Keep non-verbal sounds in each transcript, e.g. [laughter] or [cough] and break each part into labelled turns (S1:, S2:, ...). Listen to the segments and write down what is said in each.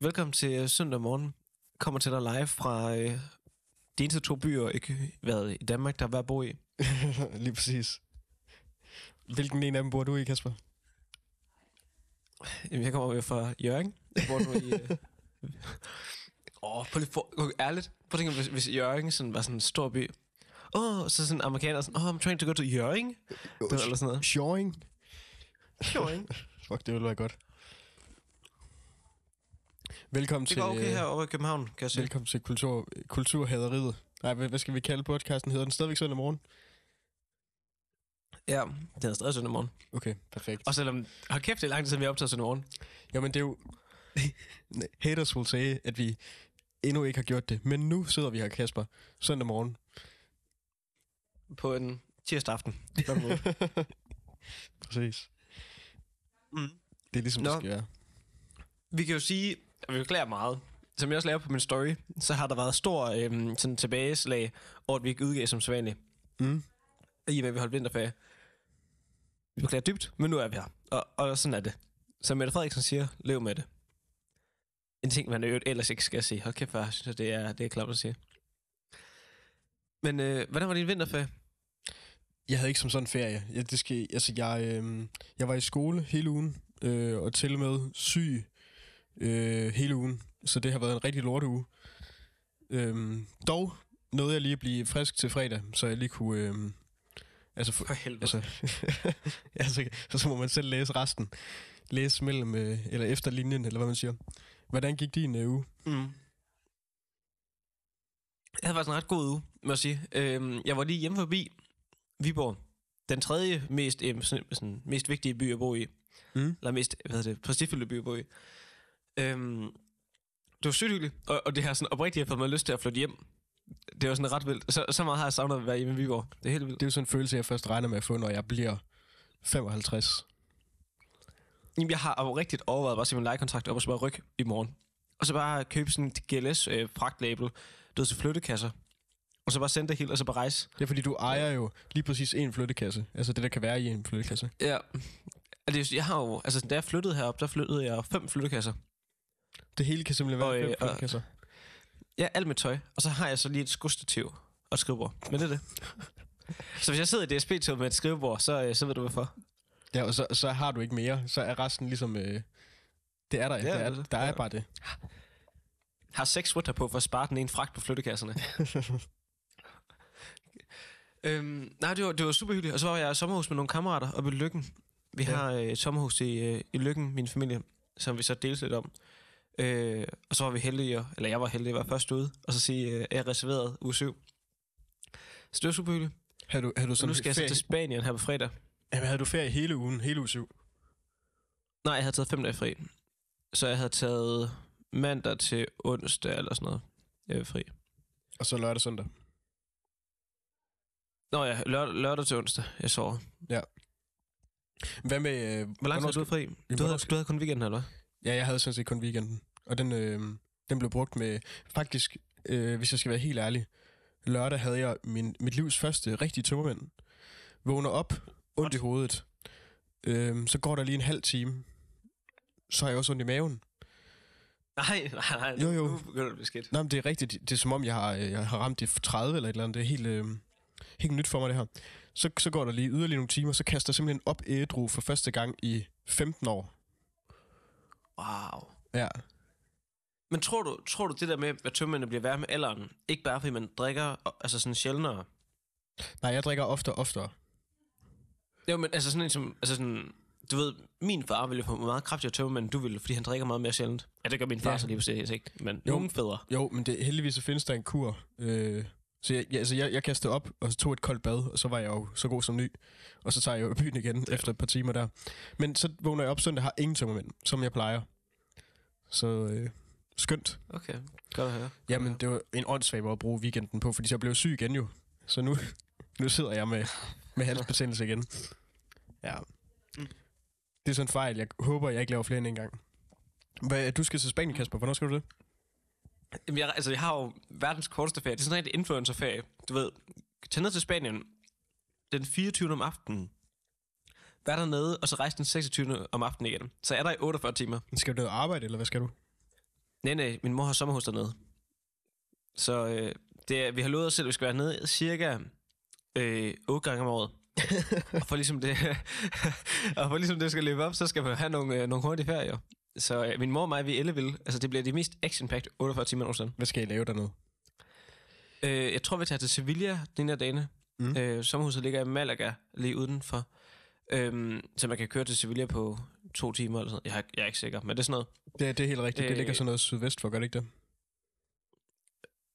S1: Velkommen til øh, søndag morgen. Kommer til dig live fra øh, de eneste to byer i, Kø- hvad, i Danmark, der er værd at [laughs] bo i.
S2: Lige præcis. Hvilken en af dem bor du i, Kasper?
S1: Jamen, jeg kommer jo fra Jørgen. Jeg bor nu i... øh, Åh, øh... oh, lidt for... okay, ærligt. Prøv at tænke, hvis, hvis Jørgen sådan var sådan en stor by. Åh, oh, så sådan amerikaner sådan, oh, I'm trying to go to Jørgen. Det var eller sådan noget.
S2: Shoring.
S1: Jørgen.
S2: Fuck, det ville være godt. Velkommen
S1: Det
S2: til, øh,
S1: går okay herovre i København, kan jeg se.
S2: velkommen til kultur, Kulturhaderiet. Nej, hvad, hvad skal vi kalde podcasten? Hedder den stadigvæk søndag morgen?
S1: Ja, det er stadig søndag morgen.
S2: Okay, perfekt.
S1: Og selvom, hold kæft, det er lang tid, siden vi optager søndag morgen.
S2: Jamen,
S1: [laughs]
S2: det er jo... Haters will sige, at vi endnu ikke har gjort det. Men nu sidder vi her, Kasper. Søndag morgen.
S1: På en tirsdag aften.
S2: Klokken
S1: [laughs]
S2: otte. præcis.
S1: Mm.
S2: Det er ligesom, Nå.
S1: Nå.
S2: det skal være.
S1: Vi kan jo sige, og vi beklager meget, som jeg også laver på min story, så har der været stor øhm, sådan tilbageslag over, at vi ikke udgav som sædvanligt.
S2: Mm.
S1: i og med, at vi holdt vinterferie. Vi beklager dybt, men nu er vi her. Og, og sådan er det. Som Mette Frederiksen siger, lev med det. En ting, man i øvrigt ellers ikke skal sige. Hold kæft, far, jeg synes, at det er, det er klart at sige. Men øh, hvordan var din vinterferie?
S2: Jeg havde ikke som sådan ferie. Jeg, det skal, altså, jeg, øh, jeg var i skole hele ugen, øh, og til og med syg øh, hele ugen. Så det har været en rigtig lorte uge. Øh, dog nåede jeg lige at blive frisk til fredag, så jeg lige kunne... Øh, altså, få,
S1: For helvede.
S2: altså, [laughs] altså, så, så må man selv læse resten. Læse mellem, øh, eller efter linjen, eller hvad man siger. Hvordan gik din øh, uge?
S1: Mm. Jeg havde faktisk en ret god uge, må jeg sige. Øhm, jeg var lige hjemme forbi Viborg. Den tredje mest, øhm, sådan, sådan, mest vigtige by at bo i.
S2: Mm.
S1: Eller mest, hvad hedder det, prestigefyldte by at bo i. Øhm, det var sygt hyggeligt, og, og det har sådan oprigtigt fået mig lyst til at flytte hjem. Det var sådan ret vildt. Så, så meget har jeg savnet at være hjemme i Viborg. Det er helt vildt.
S2: Det er jo sådan en følelse, jeg først regner med at få, når jeg bliver 55.
S1: Jamen, jeg har jo rigtigt overvejet bare at se min lejekontrakt op og så bare rykke i morgen. Og så bare købe sådan et GLS-fragtlabel, øh, du ved, til flyttekasser. Og så bare sende det helt, og så bare rejse.
S2: Det er fordi, du ejer jo lige præcis en flyttekasse. Altså det, der kan være i en flyttekasse.
S1: Ja. Altså, jeg har jo, altså, da jeg flyttede herop, der flyttede jeg fem flyttekasser.
S2: Det hele kan simpelthen
S1: Og,
S2: være
S1: øh,
S2: fem
S1: og-
S2: flyttekasser.
S1: Ja, alt mit tøj. Og så har jeg så lige et skudstativ og et skrivebord. Men det er det. så hvis jeg sidder i DSB-toget med et skrivebord, så, øh, så ved du hvorfor.
S2: Ja, og så, så har du ikke mere. Så er resten ligesom... Øh, det er der ikke.
S1: Ja,
S2: Ja, der er,
S1: det er det.
S2: der er
S1: Ja.
S2: bare det.
S1: Har seks sweater på for at spare den ene fragt på flyttekasserne. [laughs] øhm, nej, det var, det var super hyggeligt. Og så var jeg i sommerhus med nogle kammerater oppe i Lykken. Vi
S2: Ja.
S1: ja. har øh, et sommerhus i, øh, i Lykken, min familie, som vi så delte lidt om. Øh, og så var vi heldige, at- eller jeg var heldig, at være først ude, og så sige, øh, at jeg reserverede uge 7. Så det var super hyggeligt.
S2: Har du, har du
S1: Så
S2: sådan
S1: nu skal jeg så
S2: ferie,
S1: til Spanien her på fredag.
S2: Jamen, havde du ferie hele ugen? Hele uge syv?
S1: Nej, jeg havde taget fem dage fri. Så jeg havde taget mandag til onsdag eller sådan noget øh, fri.
S2: Og så lørdag og søndag.
S1: Nå ja, lør, lørdag til onsdag, jeg sover.
S2: Hvad med...
S1: Hvor
S2: Øh,
S1: lang tid
S2: hvornår
S1: har du fri? Du
S2: hvornår
S1: havde,
S2: skal-
S1: du havde kun weekenden, eller hvad?
S2: Ja, jeg havde sådan set kun weekenden. Og den, øh, den blev brugt med... Faktisk, øh, hvis jeg skal være helt ærlig, lørdag havde jeg min, mit livs første rigtige tømmermænd. Vågner op, ondt i hovedet. Øh, så går der lige en halv time. Så har jeg også ondt i maven.
S1: Nej, nej, nej.
S2: Jo, jo.
S1: Nu begynder det at blive skidt.
S2: Nej, men det er rigtigt. Det er som om, jeg har, øh, jeg har ramt i 30 eller et eller andet. Det er helt, øh, helt nyt for mig, det her. Så, så går der lige yderligere nogle timer, så kaster jeg simpelthen op ædru for første gang i 15 år.
S1: Wow.
S2: Ja.
S1: Men tror du, tror du det der med, at tømmerne bliver værre med alderen, ikke bare fordi man drikker og- altså sådan sjældnere?
S2: Nej, jeg drikker oftere og oftere.
S1: Jo, men altså sådan en som, altså sådan, du ved, min far ville få meget kraftigere tømmermænd, end du ville, fordi han drikker meget mere sjældent. Ja, det gør min far
S2: Ja.
S1: ja. så lige præcis ikke, men
S2: Jo.
S1: jo. nogen fædre.
S2: Jo, men det, heldigvis så findes der en kur. Øh, så jeg, jeg, altså jeg, jeg kastede op, og så tog et koldt bad, og så var jeg jo så god som ny. Og så tager jeg jo i byen igen ja. efter et par timer der. Men så vågner jeg op søndag og har ingen tømmermænd, som jeg plejer. Så øh, skønt.
S1: Okay, godt at høre.
S2: Jamen, det var en åndssvag måde at bruge weekenden på, fordi så blev jeg syg igen jo. Så nu, [laughs] nu sidder jeg med, med halsbetændelse igen. Ja. Det er sådan en fejl. Jeg håber, jeg ikke laver flere end en gang. Hvad, du skal til Spanien, Kasper. Hvornår skal du det?
S1: Jamen, jeg, altså, jeg har jo verdens korteste ferie. Det er sådan en rigtig influencerferie. Du ved, tag ned til Spanien den 24. om aftenen. Vær dernede, og så rejse den 26. om aftenen igen. Så er der i 48 timer.
S2: Skal du ned og arbejde, eller hvad skal du?
S1: Nej, nej, min mor har sommerhus dernede. Så øh, det er, vi har lovet os selv, at vi skal være nede cirka øh, 8 gange om året. og for ligesom det, [laughs] og for ligesom det skal løbe op, så skal man have nogle, øh, nogle hurtige ferier. Så øh, min mor og mig, vi er ellevilde. Altså, det bliver de mest action-packed 48 timer nogensinde.
S2: Hvad skal I lave dernede?
S1: Øh, jeg tror, vi tager til Sevilla den her dagene.
S2: Mm.
S1: Mm. Øh, sommerhuset ligger i Malaga, lige udenfor. Øhm, så man kan køre til Sevilla på to timer eller sådan noget. Jeg, har- jeg er ikke sikker, men det er sådan noget.
S2: Det, det er helt rigtigt. Øh, det
S1: Øh,
S2: ligger sådan noget sydvest for, gør det ikke det?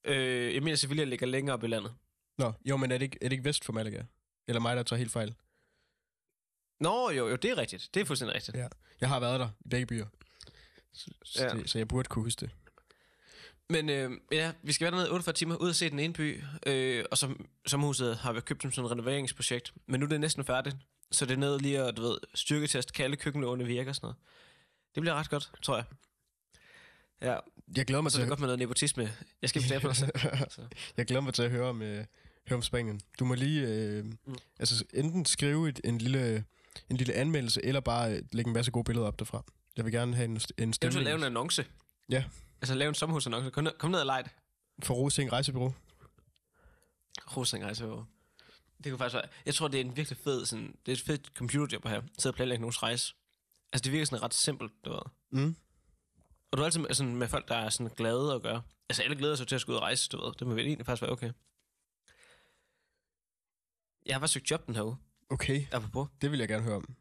S1: Øh, jeg mener, Sevilla ligger længere op i landet.
S2: Nå, jo, men er det ikke, er det ikke vest for Malaga? Eller mig, der tager helt fejl?
S1: Nå, jo, jo, det er rigtigt. Det er fuldstændig rigtigt.
S2: Ja. Jeg har været der i begge byer. Så,
S1: Ja.
S2: ja. det, så jeg burde kunne huske det.
S1: Men øh, ja, vi skal være dernede i 48 timer, ud og se den ene by, øh, og som, sommerhuset har vi købt som sådan et renoveringsprojekt. Men nu er det næsten færdigt, så det er ned lige at, du ved, styrketest, kan alle køkkenlågene virke og sådan noget. Det bliver ret godt, tror jeg. Ja,
S2: Jeg glæder mig,
S1: så
S2: til,
S1: er det
S2: at,
S1: godt med noget nepotisme. Jeg skal betale for [laughs] det. selv. Så.
S2: [laughs] jeg glæder mig til at høre om, øh, høre om Spanien. Du må lige øh, mm. altså, enten skrive et, en, lille, en lille anmeldelse, eller bare øh, lægge en masse gode billeder op derfra. Jeg vil gerne have en, st- en
S1: Eventuelt
S2: stemning
S1: lave en annonce.
S2: Ja.
S1: Altså lave en sommerhusannonce. Kom ned, kom ned og lejt.
S2: for Rosing Rejsebyrå.
S1: Rosing rejse over. Det kunne faktisk være... Jeg tror, det er en virkelig fed... Sådan, det er et fedt computerjob at have. Sidde og planlægge nogens rejse. Altså, det virker sådan ret simpelt, du ved.
S2: Mm.
S1: Og du er altid med, sådan, med folk, der er sådan glade at gøre. Altså, alle glæder sig til at skulle ud og rejse, du ved. Det må vel egentlig faktisk være okay. Jeg har bare søgt job den her uge,
S2: Okay,
S1: apropos.
S2: det vil jeg gerne høre om.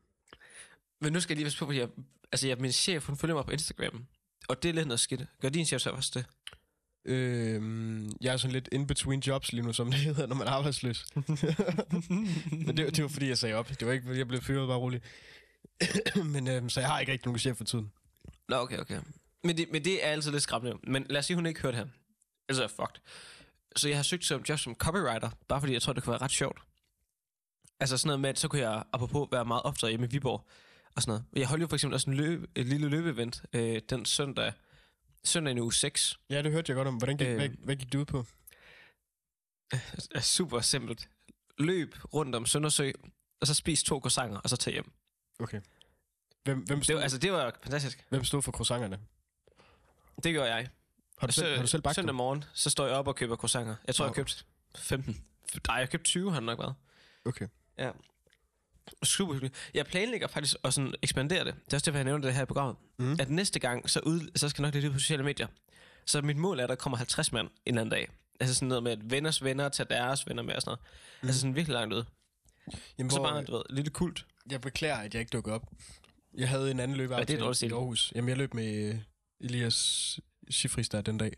S1: Men nu skal jeg lige passe på, fordi jeg, altså, jeg, min chef, hun følger mig på Instagram. Og det er lidt noget skidt. Gør din chef så også det?
S2: Øh, jeg er sådan lidt in between jobs lige nu, som det [laughs] hedder, når man er [laughs] arbejdsløs. Men det, det var fordi, jeg sagde op. Det var ikke, fordi jeg blev fyret, bare rolig. [coughs] Men øh, så jeg har ikke rigtig nogen chef for tiden.
S1: Nå, okay, okay. Men det, men det er altid lidt skræmmende. Men lad os sige, hun ikke hørte her. Altså, jeg er fucked. Så jeg har søgt som job som copywriter, bare fordi jeg tror, det kunne være ret sjovt. Altså sådan noget med, at så kunne jeg apropos være meget optaget hjemme i Viborg. Og sådan noget. Jeg holdt jo for eksempel også en løbe, et lille løbeevent øh, den søndag, søndag i uge 6.
S2: Ja, det hørte jeg godt om. Hvordan gik, øh,
S1: Øh.
S2: hvad, hvad gik det ud på?
S1: er Altså, super simpelt. Løb rundt om Søndersø, og så spis to croissanter, og så tag hjem.
S2: Okay. Hvem, hvem,
S1: Det
S2: stod,
S1: var, altså, det var fantastisk.
S2: hvem stod for croissanterne?
S1: Det gjorde jeg.
S2: Har du,
S1: Så-
S2: selv, har du selv bagt
S1: Altså, Søndag
S2: dem?
S1: morgen, så står jeg op og køber croissanter. Jeg tror,
S2: Nå.
S1: jeg købte 15. Nej, jeg købte 20, har det nok været.
S2: Okay.
S1: Super hyggeligt. Jeg planlægger faktisk at sådan ekspandere det. Det er også derfor, jeg nævner det her i programmet.
S2: Mm.
S1: Mm. At næste gang, så, ud, så skal jeg nok lidt ud på sociale medier. Så mit mål er, at der kommer 50 mand en eller anden dag. Altså sådan noget med, at venners venner tager deres venner med og sådan noget. Mm. Altså sådan virkelig langt ud.
S2: Jamen,
S1: Og så
S2: hvor,
S1: bare, du ved, lidt kult.
S2: Jeg beklager, at jeg ikke dukkede op. Jeg havde en anden løbeaftale
S1: Ja, det er dårligt
S2: i
S1: set.
S2: Aarhus. Jamen, jeg løb med øh, Elias Schifristad den dag.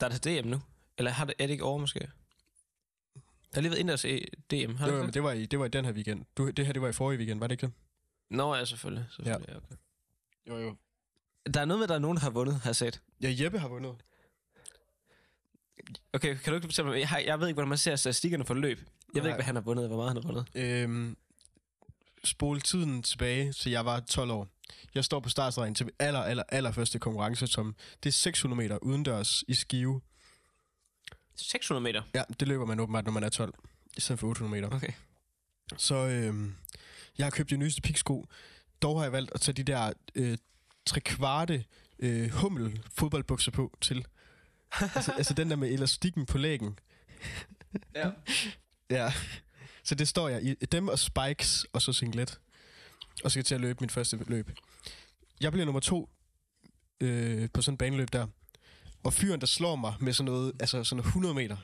S1: Der er der DM nu. Eller har det, er det ikke over måske? Der har lige været indendørs i DM, har det,
S2: Det var,
S1: ikke
S2: men
S1: det?
S2: det var, i, det var i den her weekend. Du, det her, det var i forrige weekend, var det ikke det?
S1: Nå ja, selvfølgelig. selvfølgelig ja. Okay.
S2: Jo, jo.
S1: Der er noget med, at der er nogen, der har vundet, har jeg set.
S2: Ja, Jeppe har vundet.
S1: Okay, kan du ikke fortælle mig? Jeg, har, jeg ved ikke, hvordan man ser statistikkerne for løb. Jeg Nej. ved
S2: Nej.
S1: ikke, hvad han har vundet, og hvor meget han har vundet.
S2: Øhm, spole tiden tilbage, så jeg var 12 år. Jeg står på startstregen til min aller, aller, aller første konkurrence, som det er 600 meter udendørs i skive.
S1: 600 meter.
S2: Ja, det løber man åbenbart, når man er 12, i stedet for 800 meter.
S1: Okay.
S2: Så øhm, jeg har købt de nyeste piksko. Dog har jeg valgt at tage de der øh, trekvarte øh, hummel fodboldbukser på til. altså, altså den der med elastikken på lægen.
S1: Ja.
S2: Ja, så det står jeg i. Dem og spikes, og så singlet. Og så skal jeg til at løbe mit første løb. Jeg bliver nummer to øh, på sådan en baneløb der. Og fyren, der slår mig med sådan noget, altså sådan 100 meter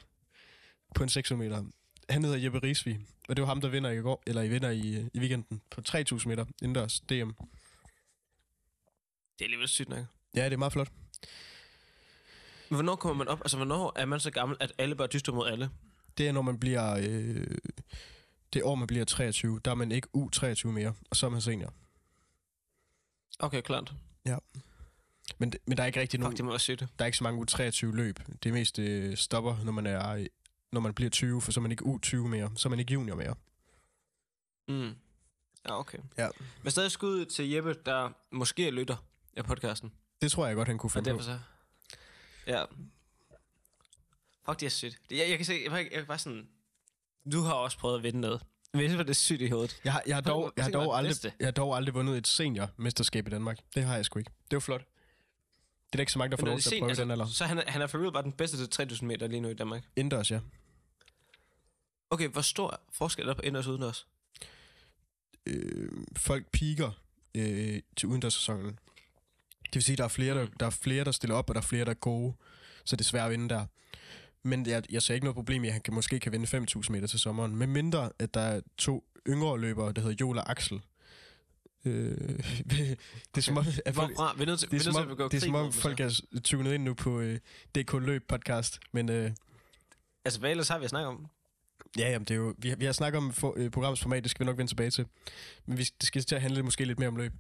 S2: på en 600 meter, han hedder Jeppe Risvig, og det var ham, der vinder i går, eller i vinder i, øh, i weekenden på 3000 meter indendørs DM.
S1: Det er alligevel sygt nok.
S2: Ja, det er meget flot.
S1: Men hvornår kommer man op? Altså, hvornår er man så gammel, at alle bør dyste mod alle?
S2: Det er, når man bliver... Øh, det år, man bliver 23, der er man ikke U23 mere, og så er man senior.
S1: Okay, klart.
S2: Men, det- men der er ikke rigtig nogen...
S1: Fuck, det må være sygt.
S2: der er ikke så mange U23-løb. Det meste øh, stopper, når man, er, øh, når man bliver 20, for så er man ikke U20 mere, så er man ikke junior mere.
S1: Mm. Ja, okay.
S2: Ja.
S1: Men stadig skud til Jeppe, der måske lytter af podcasten.
S2: Det tror jeg godt, han kunne
S1: Og
S2: finde på.
S1: derfor så... Ja. Fuck, det er sygt. Det- Jeg, jeg kan se, jeg, var ikke- jeg var bare sådan... Du har også prøvet at vinde noget. Men jeg synes, bare, det er sygt i hovedet.
S2: Jeg har, jeg, har
S1: Prøv
S2: dog,
S1: at
S2: jeg, har
S1: tænke mig
S2: dog
S1: det
S2: aldrig,
S1: bedste.
S2: jeg har dog aldrig vundet et seniormesterskab i Danmark. Det har jeg sgu ikke. Det var flot. Det er da ikke så mange, der får
S1: Men er
S2: lov
S1: det
S2: til at
S1: sent?
S2: prøve
S1: Altså,
S2: den alder.
S1: Så han, er- han er for real bare den bedste til 3.000 meter lige nu i Danmark.
S2: Indendørs, ja.
S1: Okay, hvor stor forskel er der på indendørs og udendørs?
S2: øh, folk piker øh, til udendørssæsonen. Det vil sige, at der er, flere, der, der er flere, der stiller op, og der er flere, der er gode. Så det er svært at vinde der. Men jeg, jeg ser ikke noget problem i, at han kan, måske kan vinde 5.000 meter til sommeren. Med mindre, at der er to yngre løbere, der hedder Joel og Axel. Øh, [laughs] det er som om, at folk,
S1: Hvorfra? Vi er nødt til, vi
S2: det er
S1: er nødt
S2: som
S1: til at
S2: om,
S1: begå
S2: det er
S1: krig
S2: som
S1: mod
S2: om
S1: dem, altså. så.
S2: folk er tunet ind nu på øh, DK Løb podcast. Men øh,
S1: Altså, hvad ellers har vi at snakke om?
S2: Ja, jamen, det er jo, vi, har, vi har snakket om for, øh, programmets format, det skal vi nok vende tilbage til. Men vi, det skal til at handle måske lidt mere om løb.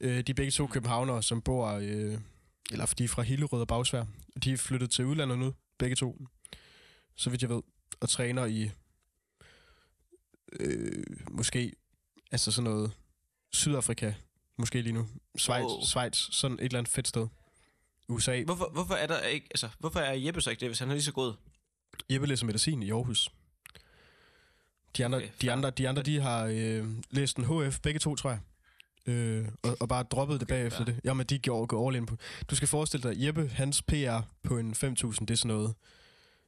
S2: Øh, de er begge to københavnere, som bor, øh, eller de er fra Hillerød og Bagsvær. De er flyttet til udlandet nu, begge to. Så vidt jeg ved. Og træner i, øh, måske, altså sådan noget, Sydafrika, måske lige nu. Schweiz,
S1: Wow.
S2: wow. Schweiz, sådan et eller andet fedt sted. USA.
S1: Hvorfor, hvorfor er der ikke... Altså, hvorfor er Jeppe så ikke det, hvis han er lige så god?
S2: Jeppe læser medicin i Aarhus. De andre,
S1: Okay,
S2: okay,
S1: fair.
S2: de, andre, de, andre de har øh, læst en HF, begge to, tror jeg. Øh, og, og bare droppet okay, det
S1: Okay, fair.
S2: bagefter det. Jamen, de går, går all in på. Du skal forestille dig, Jeppe, hans PR på en 5.000, det er sådan noget,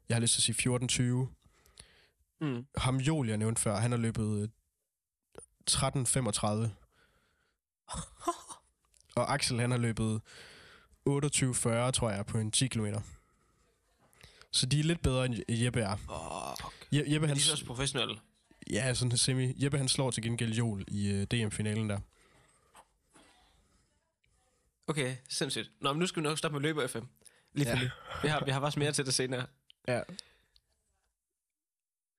S2: jeg har lyst til at sige
S1: [laughs]
S2: 14-20.
S1: Mm.
S2: Ham Joel, jeg nævnte før, han har løbet øh, 13.35. Og Axel, han har løbet 28.40, tror jeg, på en 10 km. Så de er lidt bedre, end Jeppe er.
S1: Oh,
S2: Je- Jeppe,
S1: de
S2: han,
S1: er så også professionelle.
S2: ja, sådan semi. Jeppe, han slår til gengæld Joel i øh, DM-finalen der.
S1: Okay, sindssygt. Nå, men nu skal vi nok stoppe med løber FM. Lige for
S2: Ja.
S1: ja. Vi har, vi har faktisk mere til det senere.
S2: Ja.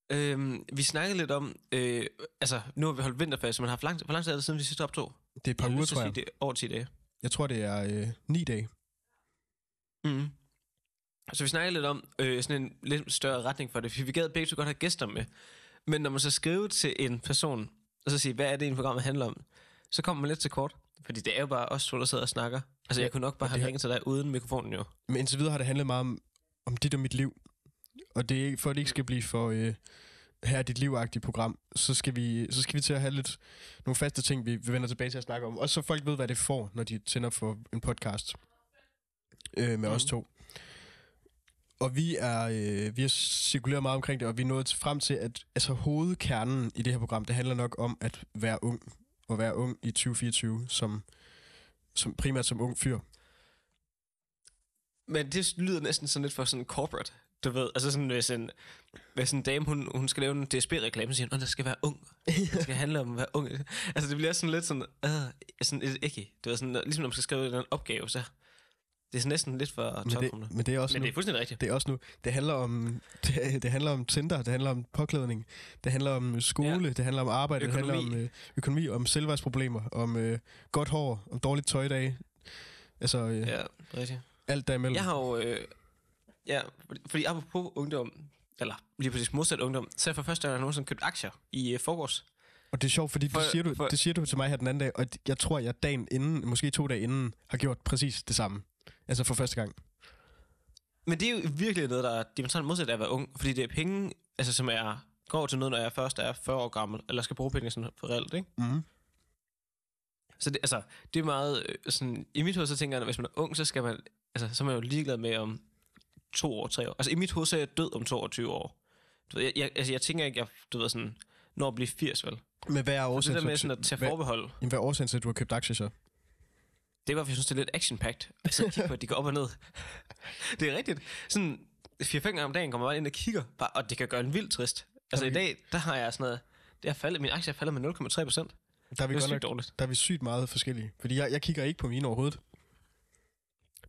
S1: Øhm, vi snakkede lidt om... Øh, altså, nu har vi holdt vinterferie, så man har haft langt... Hvor lang tid er det siden, vi sidste optog?
S2: Det er et par
S1: har
S2: uger,
S1: lyst til
S2: tror
S1: at
S2: jeg.
S1: sige, Det er over 10 dage.
S2: Jeg tror, det er øh, ni dage. Mm-hmm.
S1: Mm. Så vi snakkede lidt om øh, sådan en lidt større retning for det, for vi gad begge to godt have gæster med. Men når man så skriver til en person, og så siger, hvad er det, en programmet handler om, så kommer man lidt til kort. Fordi det er jo bare os to, der sidder og snakker. Altså,
S2: Ja,
S1: jeg kunne nok bare
S2: og
S1: have
S2: det har-
S1: ringet til dig uden mikrofonen jo.
S2: Men indtil videre har det handlet meget om, om dit og mit liv. Og det er ikke, for at det ikke skal blive for øh, her er dit livagtigt program, så skal, vi, så skal vi til at have lidt nogle faste ting, vi, vi vender tilbage til at snakke om. Og så folk ved, hvad det får, når de tænder for en podcast øh, med mm. os
S1: Mhm.
S2: to. Og vi er øh, vi har cirkuleret meget omkring det, og vi er nået til- frem til, at altså, hovedkernen i det her program, det handler nok om at være ung. Og være ung i 2024, som, som primært som ung fyr.
S1: Men det lyder næsten sådan lidt for sådan corporate, du ved. Altså sådan, hvis en, hvis en dame, hun, hun skal lave en DSB-reklame, så siger hun, at der skal være ung. Det skal handle om at være ung. [laughs] Altså det bliver sådan lidt sådan, øh, sådan lidt ikke. Du ved, sådan, ligesom når man skal skrive en eller anden opgave, så det er sådan næsten lidt for
S2: Men det,
S1: topkomne.
S2: men det er også
S1: Men
S2: nu.
S1: det er fuldstændig rigtigt.
S2: Det er også nu. Det handler om [laughs] det, det handler om Tinder, det handler om påklædning, det handler om øh, skole, ja. det handler om arbejde,
S1: Økonomi.
S2: det handler om øh, økonomi, om selvvejsproblemer, om øh, godt hår, om dårligt tøj i dag. Altså øh,
S1: Ja,
S2: ja.
S1: det er rigtigt.
S2: alt derimellem.
S1: Jeg har jo... Øh, ja, fordi- fordi apropos ungdom, eller lige præcis modsat ungdom, så har jeg for første gang nogensinde købt aktier i øh, forgårs.
S2: Og det er sjovt, fordi for,
S1: For-
S2: det, siger du,
S1: for-
S2: for, det siger du til mig her den anden dag, og jeg tror, jeg dagen inden, måske to dage inden, har gjort præcis det samme. Altså for første gang.
S1: Men det er jo virkelig noget, der er dimensionalt modsat af at være ung, fordi det er penge, altså, som er, går til noget, når jeg først er 40 år gammel, eller skal bruge penge sådan for reelt, ikke?
S2: Mm.
S1: Så det, altså, det er meget øh, sådan, i mit hoved, så tænker jeg, at hvis man er ung, så skal man, altså, så er man jo ligeglad med om to år, tre år. Altså i mit hoved, så er jeg død om 22 år. Du ved, jeg, jeg, altså, jeg tænker ikke, jeg, du ved, sådan, når at blive 80, vel?
S2: Men hvad er
S1: Så det
S2: årsagen,
S1: der med
S2: til,
S1: sådan at tage
S2: hvad,
S1: forbehold,
S2: jamen, hvad er årsagen til, at du har købt aktier så?
S1: Det er bare, fordi jeg synes, det er lidt action-packed. Altså, kigge på, at de går op og ned. [laughs] det er rigtigt. Sådan 4-5 gange om dagen kommer man bare ind og kigger, bare, og det kan gøre en vildt trist. Altså, i
S2: Jamen,
S1: dag, der har jeg sådan noget... Det er faldet, min aktie er faldet med 0,3 procent. Det
S2: Der er vi
S1: er
S2: godt nok
S1: sygt dårligt.
S2: der er vi sygt meget forskellige. Fordi jeg, jeg kigger ikke på mine overhovedet.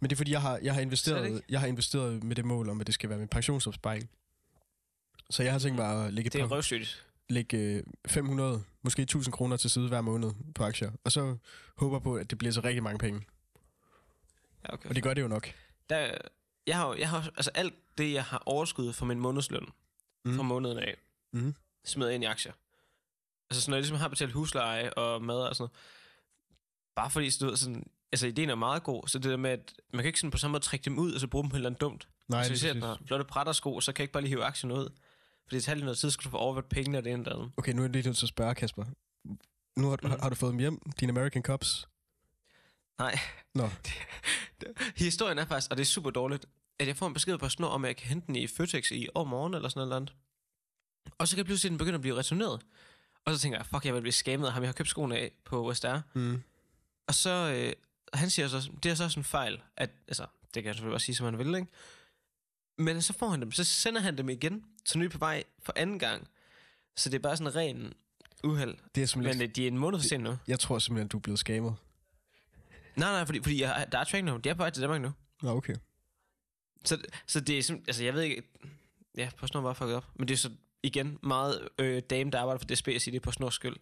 S2: Men det er fordi, jeg har, jeg har,
S1: Slet
S2: investeret,
S1: ikke?
S2: jeg har investeret med det mål om, at det skal være min pensionsopsparing. Så jeg har tænkt mig at lægge,
S1: Det er
S2: et par,
S1: røvsygt.
S2: lægge øh, 500, måske 1000 kroner til side hver måned på aktier. Og så håber på, at det bliver så rigtig mange penge.
S1: Ja, okay.
S2: Og det gør det jo nok.
S1: Der, jeg har, jo- jeg har også- altså alt det, jeg har overskud for min månedsløn mm.
S2: Mm.
S1: fra måneden af,
S2: Mhm.
S1: smider jeg ind i aktier. Altså, så når jeg ligesom har betalt husleje og mad og sådan noget, bare fordi, så du ved, sådan, altså ideen er meget god, så det der med, at man kan ikke sådan på samme måde trække dem ud, og så bruge dem på et eller andet dumt.
S2: Nej,
S1: Hvis
S2: det
S1: jeg ser et
S2: er
S1: par flotte prættersko, så kan jeg ikke bare lige hive aktien ud. Fordi det tager lige noget tid, så skal du få overvært pengene og det ene eller andet.
S2: Okay, nu er det lige nødt til at spørge, Kasper. Nu har,
S1: Mhm.
S2: mm. har du fået dem hjem, dine American Cups.
S1: Nej.
S2: Nå.
S1: Historien er faktisk, og det er super dårligt, at jeg får en besked på snor, om jeg kan hente den i Føtex i overmorgen eller sådan noget. eller andet. Og så kan jeg pludselig se, at den begynder at blive returneret. Og så tænker jeg, fuck, jeg vil blive skammet af ham, jeg har købt skoene af på West Air.
S2: Mm.
S1: Og så, øh, han siger så, det er så også en fejl, at, altså, det kan han selvfølgelig bare sige, som han vil, ikke? Men så får han dem, så sender han dem igen, så nu er de på vej for anden gang. Så det er bare sådan en ren uheld.
S2: Det er simpelthen...
S1: Men øh, de er en måned for sent nu.
S2: jeg tror simpelthen, du er blevet skamet.
S1: Nej, nej, fordi, fordi jeg, der er tracking nu. De er på vej til Danmark nu.
S2: Nå, okay.
S1: Så, så det er simpelthen, altså jeg ved ikke, ja, på snor var fucket op. Men det er så igen meget øh, dame, der arbejder for DSB, at sige, det er på snors
S2: [laughs]
S1: skyld.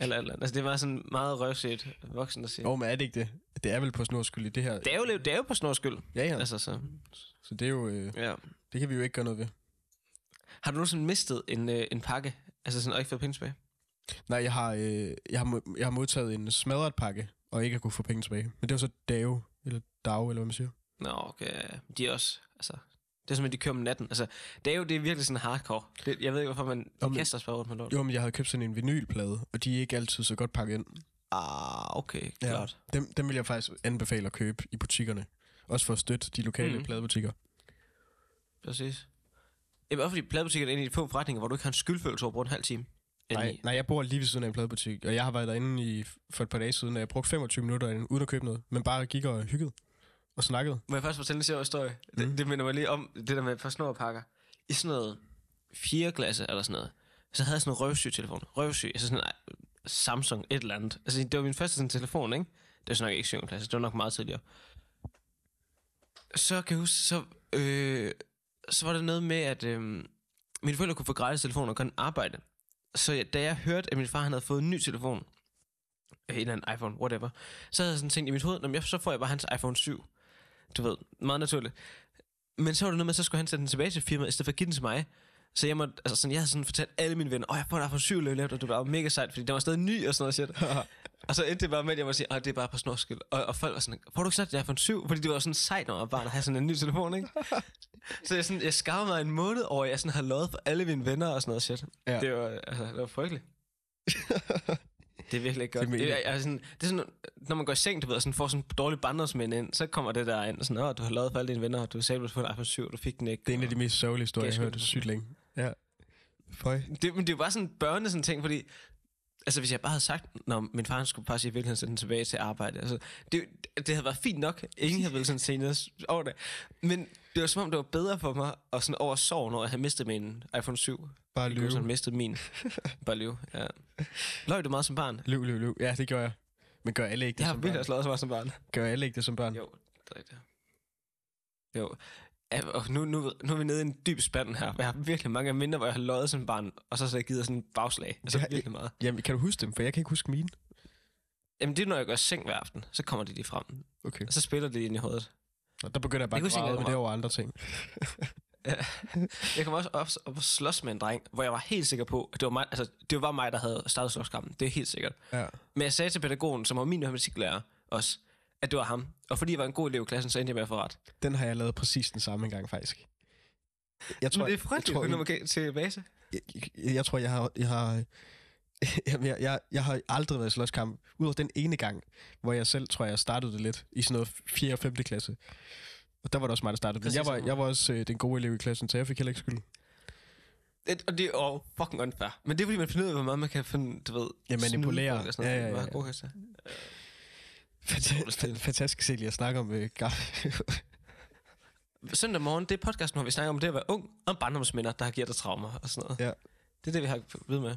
S1: eller, eller, altså det var sådan meget røvsigt voksen at sige.
S2: Åh, oh, men er det ikke det? Det er vel på snor skyld i det her.
S1: Det er jo, det er jo på snors skyld.
S2: Ja, ja.
S1: Altså, så,
S2: Så det er jo... Øh,
S1: ja.
S2: det kan vi jo ikke gøre noget ved.
S1: Har du nogensinde mistet en, øh, en pakke? Altså sådan, og ikke fået penge tilbage?
S2: Nej, jeg har, øh, jeg har, mo- jeg har modtaget en smadret pakke, og ikke har kunne få penge tilbage. Men det var så Dave, eller Dave, eller hvad man siger.
S1: Nå, okay. De er også, altså... Det er som, at de kører om natten. Altså, det er jo det er virkelig sådan hardcore. Det, jeg ved ikke, hvorfor man
S2: Om-
S1: Om, kaster sig bare rundt med lort.
S2: Jo, men jeg havde købt sådan en vinylplade, og de er ikke altid så godt pakket ind.
S1: Ah, okay, klart.
S2: Dem, dem vil jeg faktisk anbefale at købe i butikkerne. Også for at støtte de lokale mm.
S1: Mm.
S2: pladebutikker.
S1: Præcis. Jamen, også fordi pladebutikkerne er en af de få forretninger, hvor du ikke har en skyldfølelse over at bruge en halv time. End
S2: Nej,
S1: i-
S2: nej, jeg bor lige ved siden af en pladebutik, og jeg har været derinde i, for et par dage siden, og jeg brugte 25 minutter derinde, uden at købe noget, men bare gik og hyggede og snakkede.
S1: Må jeg først fortælle en sjov historie? Mm.
S2: Mm.
S1: Det, det minder mig lige om det der med par snorpakker. I sådan noget 4. klasse eller sådan noget, så havde jeg sådan en røvsyg telefon. Røvsyg, altså sådan en Samsung et eller andet. Altså det var min første sådan telefon, ikke? Det var så nok ikke 7. klasse, det var nok meget tidligere. Så kan jeg huske, så, øh, så var der noget med, at øh, mine forældre kunne få gratis telefoner og kunne arbejde. Så jeg, da jeg hørte, at min far han havde fået en ny telefon, øh, en eller anden iPhone, whatever, så havde jeg sådan tænkt i mit hoved, "Nå, men jeg, så får jeg bare hans iPhone 7 du ved, meget naturligt. Men så var det noget med, at så skulle han sende den tilbage til firmaet, i stedet for at give den til mig. Så jeg, måtte, altså sådan, jeg havde sådan fortalt alle mine venner, åh, jeg får en iPhone 7 lavet, og det var mega sejt, fordi den var stadig ny og sådan noget
S2: [laughs]
S1: shit. og så endte det bare med, at jeg måtte sige, åh, det er bare på snorskyld. Og, og folk var sådan, får du ikke snart din iPhone 7? Fordi det var jo sådan sejt, når man bare at have sådan en ny telefon,
S2: [laughs]
S1: ikke? så jeg, sådan, jeg skammer mig en måned over, at jeg sådan har lovet for alle mine venner og sådan noget shit.
S2: Ja.
S1: Ja. Det, var, altså, det var
S2: [laughs]
S1: frygteligt. Det er virkelig ikke
S2: Det er
S1: godt. Det,
S2: mega.
S1: er, altså, sådan, det er sådan, når man går i seng, du ved, og sådan, får sådan dårlige barndomsmænd ind, så kommer det der ind, sådan, Åh, du har lavet for alle dine venner, og du er sikkert på en iPhone 7, og du fik den ikke.
S2: Det er en af de mest sørgelige historier, jeg
S1: Det
S2: har
S1: er
S2: hørt
S1: sgu-
S2: sygt længe. Ja. Føj.
S1: det, men det er jo bare sådan børne sådan ting, fordi... Altså, hvis jeg bare havde sagt, når min far han skulle bare sige, at han sende den tilbage til arbejde. Altså, det, det havde været fint nok. Ingen havde vel sådan set noget over det. Men det var som om, det var bedre for mig at sådan over sorg, når jeg havde mistet min iPhone 7.
S2: Bare
S1: Jeg kunne sådan
S2: løb.
S1: mistet min.
S2: [laughs]
S1: Bare løb, ja. Løg du meget som barn?
S2: Løb, løb, løb. Ja, det gør jeg. Men gør alle ikke det
S1: Jeg har
S2: som
S1: virkelig
S2: børn?
S1: også løjet så meget som barn.
S2: Gør alle ikke det som børn?
S1: Jo, det er rigtigt. Jo. Ja, Og nu, nu, nu er vi nede i en dyb spand her. Jeg har virkelig mange minder, hvor jeg har løjet som barn, og så har jeg givet sådan en bagslag. Altså
S2: Ja,
S1: ja, virkelig meget.
S2: Jamen, kan du huske dem? For jeg kan ikke huske mine.
S1: Jamen det er, når jeg går i seng hver aften, så kommer de lige frem.
S2: Okay.
S1: Og så spiller de ind i hovedet.
S2: Og der begynder jeg bare
S1: Jeg kunne
S2: at
S1: se,
S2: græde,
S1: at-
S2: men det var andre ting.
S1: Jeg kom også op, op og slås med en dreng, hvor jeg var helt sikker på, at det var mig, altså, det var mig der havde startet slåskampen. Det er helt sikkert.
S2: Ja.
S1: Men jeg sagde til pædagogen, som var min matematiklærer også, at det var ham. Og fordi jeg var en god elev i klassen, så endte jeg med at få ret.
S2: Den har jeg lavet præcis den samme gang, faktisk. Jeg
S1: Men det er
S2: jeg, tror,
S1: frygteligt, når man kan til base.
S2: jeg, jeg, jeg tror, jeg har... Jeg har [laughs] Jamen, jeg, jeg, jeg har aldrig været i slåskamp, udover den ene gang, hvor jeg selv, tror jeg, startede det lidt, i sådan noget 4. og 5. klasse. Og der var det også mig, der startede det.
S1: Præcis
S2: Jeg var,
S1: som mig.
S2: jeg var også øh, den gode elev i klassen, så jeg fik heller ikke skyld.
S1: Et, og det er jo fucking unfair. Men det er fordi, man finder ud af, hvor meget man kan finde, du ved...
S2: Ja,
S1: snyde
S2: manipulere.
S1: folk og sådan noget.
S2: Ja, ja, ja,
S1: Hvor
S2: ja.
S1: god kan jeg sige?
S2: Fanta- fantastisk Celia at snakke om øh, [laughs] gamle.
S1: Søndag morgen, det er podcasten, hvor vi snakker om det at være ung, og om barndomsminder, der har givet dig traumer og sådan noget.
S2: Ja.
S1: Det er det, vi har ved med.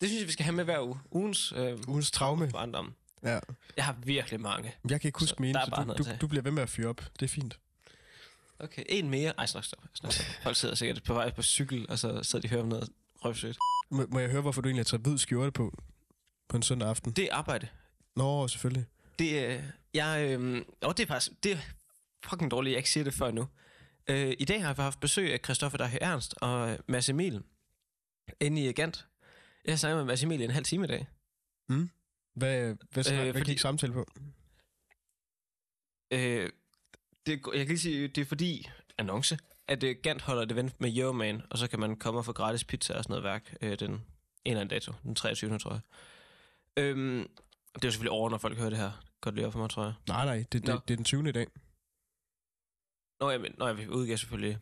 S1: Det synes jeg, vi skal have med hver uge. Ugens øh,
S2: Ugens traume.
S1: barndom.
S2: Ja.
S1: Jeg har virkelig mange.
S2: Jeg kan ikke huske
S1: Så
S2: mine,
S1: der er
S2: så
S1: bare
S2: du,
S1: noget
S2: du,
S1: at tage.
S2: du bliver ved med at fyre op. Det er fint.
S1: Okay, en mere. Ej, snak, stop. snak, stop. Folk sidder sikkert på vej på cykel, og så sidder de og hører om noget røvsøgt.
S2: Må, må jeg høre, hvorfor du egentlig har taget hvid skjorte på på en søndag aften?
S1: Det er arbejde.
S2: Nå, selvfølgelig.
S1: Det, øh, jeg, øh, og det er faktisk, det er fucking dårligt, jeg ikke siger det før nu. Øh, I dag har jeg haft besøg af Christoffer Dahe Ernst og øh, Mads Emil inde i Agant. Jeg har snakket med Mads Emil i en halv time i dag.
S2: Hvad, hvad, snak, øh,
S1: Øh,
S2: hvad
S1: fordi-
S2: gik samtale på?
S1: Øh, det, jeg kan lige sige, det er fordi, annonce, at øh, Gant holder et event med Yo Man, og så kan man komme og få gratis pizza og sådan noget værk øh, den en eller anden dato, den 23. tror jeg. Øhm, det er jo selvfølgelig over, når folk hører det her. godt lige op for mig, tror jeg.
S2: Nej, nej, det, det,
S1: Nå.
S2: det er den 20. i dag.
S1: Nå, jeg, men, nå, jeg udgav selvfølgelig...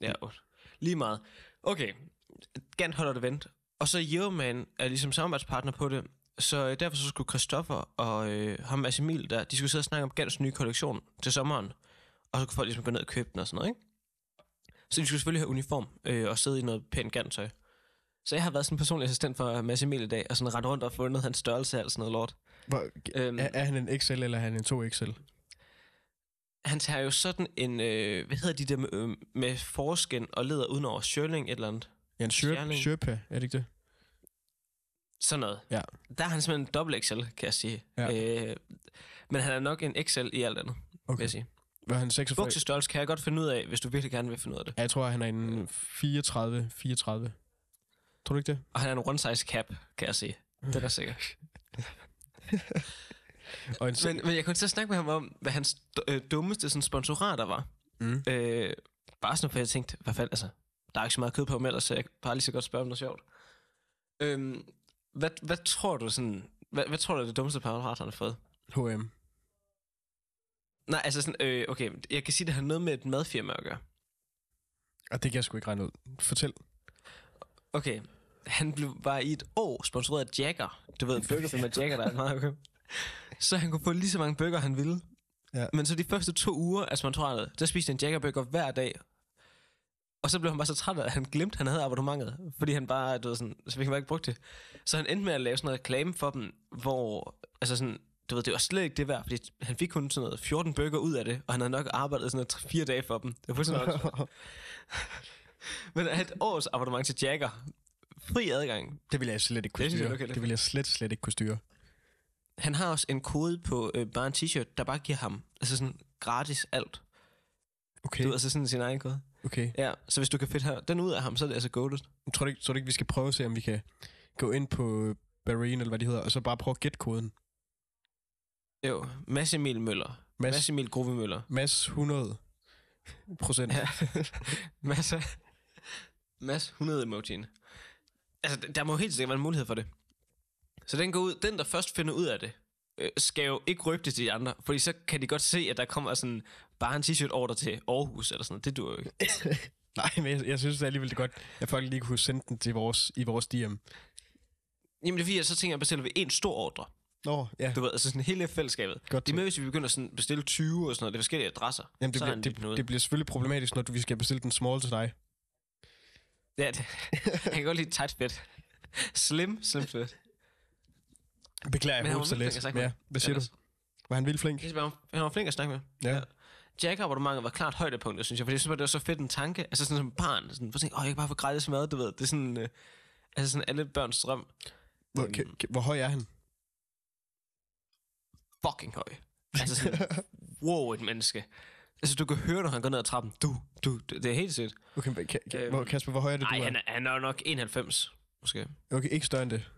S1: Ja, og- lige meget. Okay, Gant holder det vent. Og så Yeoman er ligesom samarbejdspartner på det, så øh, derfor så skulle Christoffer og øh, ham Asimil der, de skulle sidde og snakke om Gants nye kollektion til sommeren. Og så kunne folk ligesom gå ned og købe den og sådan noget, ikke? Så de skulle selvfølgelig have uniform øh, og sidde i noget pænt Gant-tøj. Så jeg har været sådan en personlig assistent for øh, Mads Emil i dag, og sådan ret rundt og fundet hans størrelse og alt sådan noget lort.
S2: Hvor,
S1: Øhm,
S2: er, er han en XL, eller er han en 2XL?
S1: han tager jo sådan en, øh, hvad hedder de der med, øh, med forskin og leder udenover, Schörling et eller andet,
S2: Ja, en
S1: Stjerning.
S2: Sherpa, Sherpa, er det ikke det?
S1: sådan noget.
S2: Ja.
S1: Der er han simpelthen en dobbelt XL, kan jeg sige. Ja. Øh, men han er nok en XL i alt andet, okay. vil
S2: Okay.
S1: jeg sige.
S2: Var han 46?
S1: Buksestørrelse kan jeg godt finde ud af, hvis du virkelig gerne vil finde ud af det.
S2: Ja, jeg tror, han er en 34, 34. Tror du ikke det?
S1: Og han er en one size cap, kan jeg sige. Det er da sikkert.
S2: Og en
S1: men, men jeg kunne til at snakke med ham om, hvad hans d- øh, dummeste sådan, sponsorater var.
S2: mm.
S1: Øh, bare sådan, for jeg tænkte, hvad fanden, altså, der er ikke så meget kød på ham ellers, så jeg kan bare lige så godt spørge om noget sjovt. Øhm, hvad, hvad tror du sådan, hvad, hvad tror du er det dummeste Paul Hart, han har fået?
S2: H&M.
S1: Nej, altså sådan, øh, okay, jeg kan sige, det har noget med et madfirma at gøre.
S2: Og det kan jeg sgu ikke regne ud.
S1: [laughs]
S2: Fortæl.
S1: Okay, han blev bare i et år sponsoreret af Jagger. Du ved, burgerfirma Jagger, der er meget okay. Så han kunne få lige så mange bøger, han ville.
S2: Ja.
S1: Men så de første to uger af sponsoratet, der spiste han Jagger-bøger hver dag. Og så blev han bare så træt af, at han glemte, at han havde abonnementet. Fordi han bare, du ved, sådan, så fik han bare ikke brugt det. Så han endte med at lave sådan noget reklame for dem, hvor, altså sådan, du ved, det var slet ikke det værd, fordi han fik kun sådan noget 14 bøger ud af det, og han havde nok arbejdet sådan noget 3-4 dage for dem. Det var fuldstændig
S2: [laughs]
S1: nok. Men at have et års abonnement til Jagger, fri adgang,
S2: det ville jeg slet ikke
S1: Det
S2: kunne
S1: synes jeg
S2: styre.
S1: er okay, det er
S2: det ville jeg slet, slet ikke kunne styre.
S1: Han har også en kode på øh, bare en t-shirt, der bare giver ham altså sådan gratis alt.
S2: Okay,
S1: Okay. Du ved, altså sådan sin egen kode.
S2: okay.
S1: Ja, så hvis du kan finde her, den ud af ham, så er det altså goldet.
S2: Tror du, ikke, tror du ikke, vi skal prøve at se, om vi kan gå ind på øh, Bahrain, eller hvad de hedder, og så bare prøve at gætte koden?
S1: Jo, Mads Emil Møller. Mads, Mads
S2: Mads,
S1: Emil Grove Møller.
S2: Mads 100 procent.
S1: Ja. Mads, øh, Mads 100 emojien. Altså, d- der må helt sikkert være en mulighed for det. Så den går ud, den der først finder ud af det, øh, skal jo ikke røbe det til de andre, fordi så kan de godt se, at der kommer sådan bare en t-shirt order til Aarhus eller sådan noget. Det dur jo ikke.
S2: [laughs] Nej, men jeg, jeg synes alligevel, det er godt, at folk lige kunne sende den til vores, i vores DM.
S1: Jamen det er fordi, jeg så tænker jeg, at jeg bestiller ved en stor ordre.
S2: Nå, ja.
S1: Du ved, altså sådan hele fællesskabet.
S2: Godt
S1: Det er
S2: tænkt.
S1: med, hvis vi begynder sådan at bestille 20 og sådan noget. Det er forskellige adresser.
S2: Jamen, det,
S1: så
S2: bliver,
S1: er det,
S2: det,
S1: noget.
S2: det bliver selvfølgelig problematisk, når du, vi skal bestille den small til dig.
S1: Ja, det, [laughs] jeg kan godt lide tight fit. Slim, slim fit.
S2: Beklager,
S1: Men
S2: jeg
S1: han
S2: hovedet så
S1: var altså, vildt flink at
S2: lidt.
S1: snakke med.
S2: Ja, hvad siger du?
S1: Ellers-
S2: Var han vildt flink?
S1: Jeg synes, Han var, han var flink at snakke med.
S2: Ja.
S1: Jack abonnementet var klart højdepunktet, synes jeg. Fordi jeg synes, bare, det var så fedt en tanke. Altså sådan som barn. Sådan, for at tænke, åh, jeg kan bare få gratis mad, du ved. Det er sådan, øh, altså sådan alle børns drøm.
S2: Hvor, kan, kan, hvor høj er han?
S1: Fucking høj. Altså sådan,
S2: [laughs]
S1: wow, et menneske. Altså, du kan høre, når han går ned ad trappen. Du, du, du. det er helt sygt.
S2: Okay, men kan, kan,
S1: Øhm,
S2: hvor, Kasper, hvor høj er det, du
S1: Nej,
S2: er?
S1: han er, han er nok 91, måske.
S2: Okay, ikke større end det.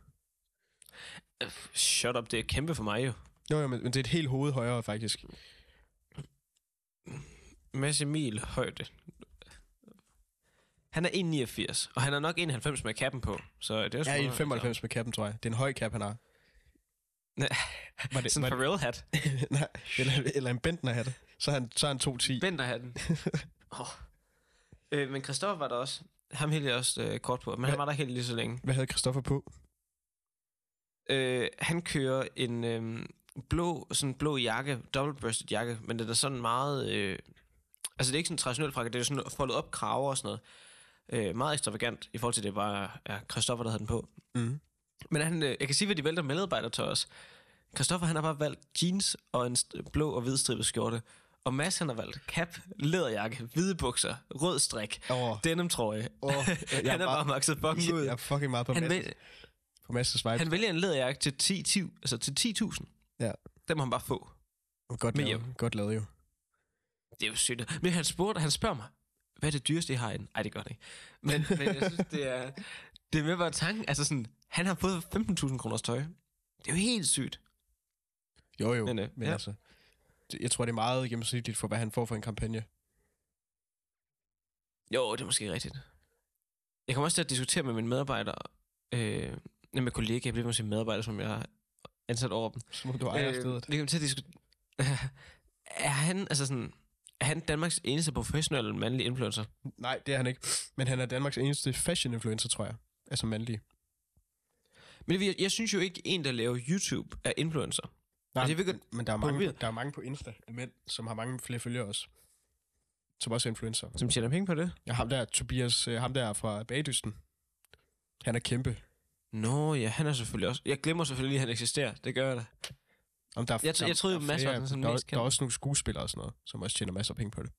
S1: Øh, Shut up, det er kæmpe for mig jo.
S2: Jo, jo, men, men det er et helt hoved højere, faktisk.
S1: Mads Emil Højde. Han er 1,89, og han er nok 1,90 med kappen på. Så det er
S2: Ja,
S1: sgu
S2: en
S1: nok-
S2: 95 med kappen, tror jeg. Det er en høj cap, han har.
S1: Nej.
S2: Var det,
S1: Sådan
S2: var
S1: en Pharrell
S2: det, [laughs]
S1: hat.
S2: nej, eller, eller en Bentner hat. Så er han, så er han 210.
S1: Bender [laughs] hatten. oh. øh, men Christoffer var der også. Ham hældte jeg også øh, kort på, men han
S2: Hvad?
S1: var der helt lige så længe.
S2: Hvad havde Christoffer på?
S1: Øh, han kører en øh, blå, sådan en blå jakke, double-breasted jakke, men den er sådan meget... Øh, altså det er ikke sådan en traditionel frakke, det er sådan foldet op kraver og sådan noget. Øh, meget ekstravagant i forhold til, at det bare er Christoffer, der havde den på. [laughs]
S2: Mm.
S1: Men han, øh, jeg kan sige, hvad de vælter medarbejdertøj også. Christoffer, han har bare valgt jeans og en st- blå og hvid stribet skjorte. Og Mads, han har valgt cap, læderjakke, hvide bukser, rød strik,
S2: Åh,
S1: denimtrøje.
S2: åh,
S1: Jeg han er bare makset fucking ud.
S2: Jeg er fucking meget på
S1: Han,
S2: Mads'
S1: væl,
S2: på Mads' vibe.
S1: han vælger en læderjakke til 10, 10, altså til 10.000.
S2: Ja.
S1: Den må han bare få.
S2: Godt
S1: Men
S2: lavet, godt lavet jo.
S1: Det er jo sygt. Men han, spurgte, han spørger mig, hvad er det dyreste, I har en? Ej, det gør det ikke. Men, men jeg synes, det er... Det er med bare tanken. Altså sådan, han har fået 15.000 kroners tøj. Det er jo helt sygt.
S2: Jo, jo,
S1: Men, øh,
S2: men, men
S1: ja.
S2: ja. altså, det- jeg tror, det er meget gennemsnitligt for, hvad han får for en kampagne.
S1: Jo, det er måske rigtigt. Jeg kommer også til at diskutere med mine medarbejdere, øh, nej, med kollegaer, jeg bliver ved med at sige medarbejdere, som jeg ansat over dem.
S2: Som om du ejer øh, stedet.
S1: vi kan til at diskutere... [laughs] er han, altså sådan... Er han Danmarks eneste professionelle mandlige influencer?
S2: Nej, det er han ikke. Men han er Danmarks eneste fashion-influencer, tror jeg. Altså mandlig.
S1: Men jeg, jeg synes jo ikke, en, der laver YouTube, er influencer.
S2: Nej,
S1: Altså, jeg ved
S2: men,
S1: godt-
S2: men der, er
S1: på
S2: mange,
S1: vildt.
S2: der er mange på Insta, mænd, som har mange flere følgere også. Som også er influencer.
S1: Som tjener penge på det?
S2: Ja, ham der, Tobias, øh, ham der fra Bagdysten. Han er kæmpe.
S1: Nå, ja, han er selvfølgelig også... Jeg glemmer selvfølgelig, lige, at han eksisterer. Det gør jeg da.
S2: Om der er,
S1: Jeg tro-
S2: der,
S1: jeg troede jo,
S2: der er
S1: Mads var
S2: flere-
S1: den sådan
S2: der, er-
S1: mest
S2: der er
S1: kendte.
S2: også nogle skuespillere og sådan noget, som også tjener masser af penge på det.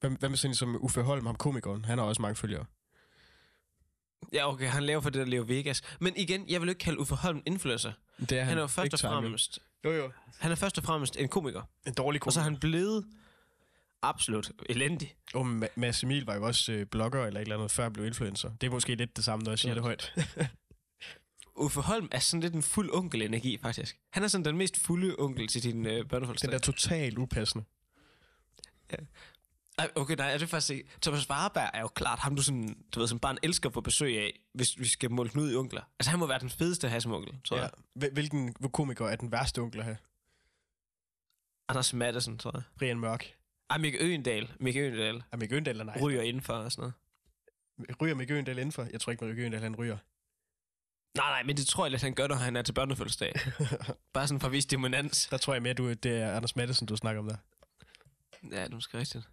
S2: Hvad, hvad med sådan en som Uffe Holm, ham komikeren? Han har også mange følgere.
S1: Ja, okay, han laver for det, der Leo Vegas. Men igen, jeg vil jo ikke kalde Uffe Holm influencer.
S2: Det er han,
S1: Han, er jo først
S2: ikke
S1: og
S2: tegnet.
S1: fremmest...
S2: Jo, jo.
S1: Han er først og fremmest en komiker.
S2: En dårlig
S1: Og så
S2: komiker.
S1: er
S2: Han...
S1: han blevet absolut elendig.
S2: Og Ma- Mads Emil var jo også øh, blogger eller et eller andet, før han blev influencer. Det er måske lidt det samme, når jeg siger det højt.
S1: Uffe Holm er sådan lidt en fuld onkel-energi, faktisk. Han er sådan den mest fulde onkel til din øh,
S2: Den
S1: børnefødselsdag.
S2: er totalt upassende.
S1: Ej, okay, nej, er det faktisk ikke. Thomas Warberg er jo klart ham, du, sådan, du ved, som barn elsker at få besøg af, hvis vi skal måle den ud i onkler. Altså, han må være den fedeste at have som onkel, tror ja. jeg.
S2: Hvil- Hvilken komiker er den værste onkel at have?
S1: Anders Madsen, tror jeg.
S2: Brian Mørk.
S1: Ej, Mikke Øgendal. Mikke Øgendal.
S2: Er Mikke Øndal eller nej?
S1: Ryger indenfor og sådan noget.
S2: Ryger Mikke Øndal indenfor? Jeg tror ikke, Mikke Øndal han ryger.
S1: Nej, nej, men det tror jeg lidt, han gør, når han er til [laughs] børnefødselsdag. Bare sådan for at vise dominans.
S2: Der tror jeg mere, du, det er Anders Madsen, du snakker om der.
S1: Ja, det er måske rigtigt.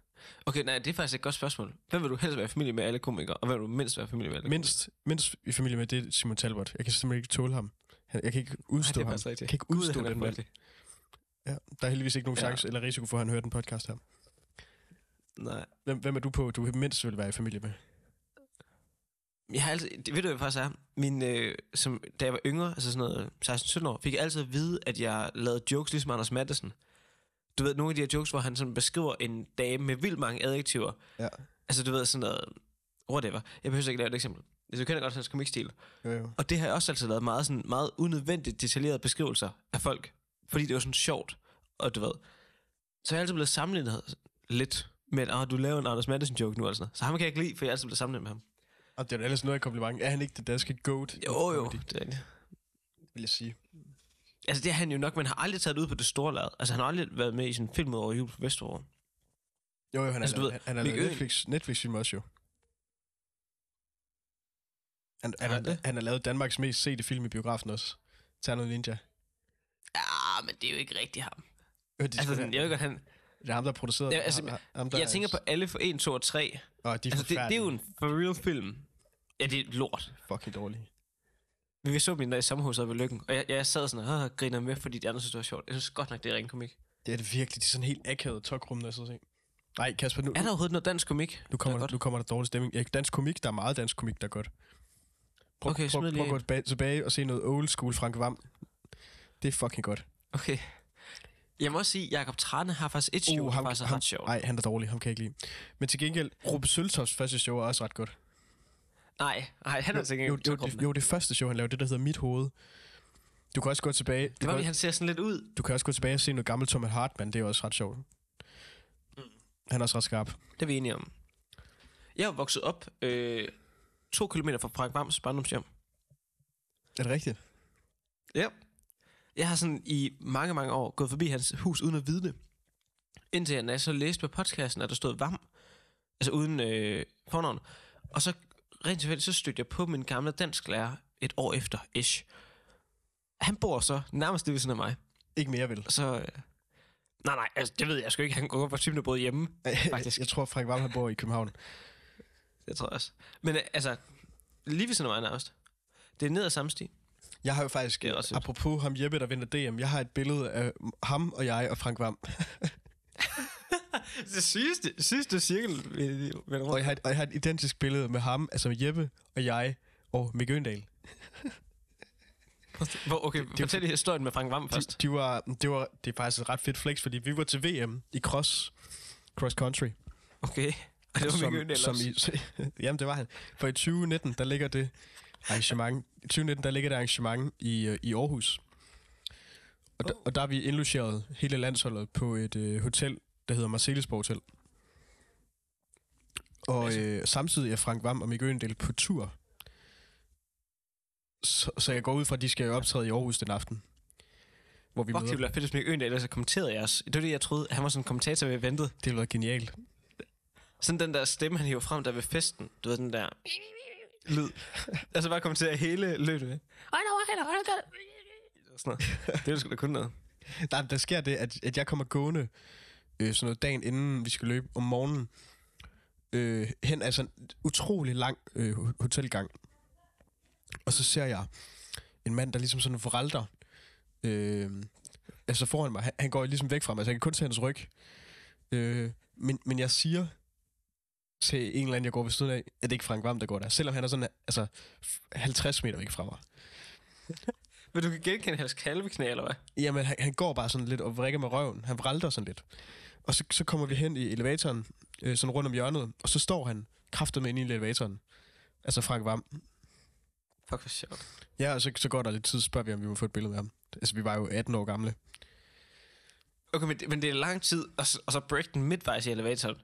S1: Okay, nej, det er faktisk et godt spørgsmål. Hvem vil du helst være i familie med alle komikere, og hvem vil du mindst være i familie med alle
S2: Mindst, mindst i familie med, det er Simon Talbot. Jeg kan simpelthen ikke tåle ham. Han, jeg kan ikke udstå
S1: komikere? Nej, det
S2: ham.
S1: er faktisk
S2: Jeg
S1: rigtigt.
S2: kan ikke
S1: Gud,
S2: udstå
S1: han er
S2: den mand.
S1: mærkelig.
S2: Ja, der er heldigvis ikke nogen
S1: Ja.
S2: chance eller risiko for, at han hører den podcast her.
S1: Nej.
S2: Hvem, hvem er du på, du mindst vil være i familie med?
S1: Jeg har altid, det ved du, hvad jeg faktisk er? Min, øh, som, da jeg var yngre, altså sådan noget 16-17 år, fik jeg altid at vide, at jeg lavede jokes ligesom Anders Madsen. Du ved, nogle af de her jokes, hvor han sådan beskriver en dame med vildt mange adjektiver.
S2: Ja.
S1: Altså, du ved, sådan noget, whatever. Jeg behøver ikke lave et eksempel. Altså, du kender godt hans komikstil.
S2: Jo, jo.
S1: Og det har jeg også altid lavet meget, sådan, meget unødvendigt detaljerede beskrivelser af folk. Fordi det var sådan sjovt, og du ved. Så jeg er altid blevet sammenlignet lidt med, at oh, du laver en Anders Madsen joke nu, eller sådan noget. Så ham kan jeg ikke lide, for jeg er altid blevet sammenlignet med ham.
S2: Og det er da ellers noget af et kompliment. Er han ikke det danske goat? i
S1: Jo, jo,
S2: comedy,
S1: det er rigtigt.
S2: Vil jeg sige.
S1: Altså, det er han jo nok, men har aldrig taget det ud på det store lad. Altså, han har aldrig været med i sin film over jul på Vesteråret.
S2: Jo, jo, han
S1: Altså,
S2: altså,
S1: du
S2: er,
S1: ved,
S2: ved, han er
S1: Mick Øgendahl-
S2: Netflix, Netflix-film også jo. Han, han,
S1: Har
S2: han,
S1: han
S2: er,
S1: det?
S2: han har lavet Danmarks mest sete film i biografen også. Terno
S1: Øh,
S2: Ninja.
S1: Ja, men det er jo ikke rigtigt ham.
S2: Øh, de
S1: Altså,
S2: skulle-
S1: sådan, jeg ved godt, han...
S2: Det er ham, der har produceret.
S1: Ja, altså,
S2: ham, ham, der
S1: Jeg tænker på alle for 1, 2 og 3.
S2: Åh, de er
S1: Altså, det, det er jo
S2: forfærdelige.
S1: en for real film. Ja, det er lort.
S2: fucking dårlige.
S1: Men vi så dem en dag i sommerhuset oppe ved Lykken, og jeg, jeg sad sådan og "Åh, griner med, fordi de andre synes, det var sjovt. Jeg synes godt nok, det er ren komik.
S2: Det er det virkelig. De er sådan helt akavede tokrum, der sidder og se. Nej, Kasper, nu,
S1: Er der overhovedet noget dansk komik?
S2: nu, kommer,
S1: der
S2: der,
S1: godt?
S2: nu kommer der dårlig stemning. Ja, dansk komik, der er meget dansk komik, der er godt. Prøv,
S1: Okay,
S2: prøv,
S1: smid
S2: prøv,
S1: lige
S2: prøv at gå
S1: en.
S2: tilbage, tilbage og se noget old school Frank Vam. Det er fucking godt.
S1: Okay. Jeg må også sige, at Jacob Trane har faktisk et show, uh, der faktisk er ret sjovt.
S2: Nej, han er dårlig. Ham kan jeg ikke lide. Men til gengæld, Ruben Søltofs første show er også ret godt.
S1: Nej, nej, han er altså ikke
S2: jo,
S1: engang
S2: jo,
S1: så
S2: det,
S1: det,
S2: jo, det første show, han lavede, det der hedder Mit Hoved. Du kan også gå tilbage. Du,
S1: det var,
S2: kan,
S1: fordi han ser sådan lidt ud.
S2: du kan også gå tilbage og se noget gammelt Thomas Hartmann. Det er også ret sjovt.
S1: Mm.
S2: Han er også ret skarp.
S1: Det er vi enige om. Jeg er vokset op øh, to kilometer fra Frank Vams barndomshjem.
S2: Er det rigtigt?
S1: Ja. Jeg har sådan i mange, mange år gået forbi hans hus uden at vide det. Indtil jeg, når jeg så læste på podcasten, at der stod VAM, altså uden øh, fornavn. Og så rent tilfældigt, så stødte jeg på min gamle dansklærer et år efter, ish. Han bor så nærmest lige ved siden af mig.
S2: Ikke mere, vel?
S1: Og så... Øh, nej, nej, altså, det ved jeg sgu ikke. Han går op på typen, der boede hjemme. [laughs] Faktisk.
S2: Jeg tror, Frank Vam, han bor i København.
S1: Det tror jeg også. Men øh, altså, lige ved siden af mig nærmest. Det er ned ad samme sti.
S2: Jeg har jo faktisk,
S1: Det er ret sødt.
S2: apropos ham Jeppe, der vinder DM, jeg har et billede af ham og jeg og Frank Vam.
S1: Det sidste, sidste cirkel. vi- vi- vender rundt.
S2: Og jeg har, et, og jeg har et identisk billede med ham, altså med Jeppe og jeg og Mikke Øndal.
S1: Hvor, okay, det,
S2: jo
S1: fortæl lige historien med Frank Vam først.
S2: De, de var, det, var, det er faktisk et ret fedt flex, fordi vi var til VM i cross, cross
S1: [laughs]
S2: country.
S1: Okay. Og det var
S2: som,
S1: Mikke Øndal
S2: som
S1: også.
S2: i, [laughs] Jamen, det var han. For i 2019, der ligger det arrangement, i 2019, der ligger det arrangement i, øh, i Aarhus. Og, der, og der er vi indlogeret hele landsholdet på et øh, hotel, der hedder Marcellesborg Hotel. Og øh, samtidig er Frank Vam og Mikke Øgendal på tur. Så, så jeg går ud fra, at de skal optræde i Aarhus den aften. Hvor vi
S1: Fuck, det
S2: møder.
S1: ville være fedt, hvis Mikkel Øendal ellers havde kommenteret jeres. Det var det, jeg troede. Han var sådan en kommentator ved eventet.
S2: Det ville være genialt.
S1: Sådan den der stemme, han hiver frem der ved festen. Du ved, den der [laughs] lyd. altså bare kommentere hele løbet med. Og Sådan noget. Det ville sgu da kun noget.
S2: Nej, men der sker det, at, at jeg kommer gående øh, sådan noget dagen inden vi skal løbe om morgenen øh, hen altså en utrolig lang øh, ho- hotelgang. Og så ser jeg en mand, der ligesom sådan foralter. Øh, altså foran mig. Han, han går ligesom væk fra mig, så jeg kan kun se hans ryg. Øh, men, men jeg siger til en eller anden, jeg går ved siden af, at det ikke er Frank Vam, der går der. Selvom han er sådan altså, 50 meter væk fra mig.
S1: Men du kan genkende hans kalveknæ, eller hvad?
S2: Jamen, han, han går bare sådan lidt og vrikker med røven. Han vralter sådan lidt. Og så, så kommer vi hen i elevatoren, øh, sådan rundt om hjørnet, og så står han kraftet med inde i elevatoren. Altså Frank Vam.
S1: Fuck, hvor sjovt.
S2: Ja, og så, så går der lidt tid, så spørger vi, om vi må få et billede med ham. Altså, vi var jo 18 år gamle.
S1: Okay, men det, men det er lang tid, og så, og så break den midtvejs i elevatoren.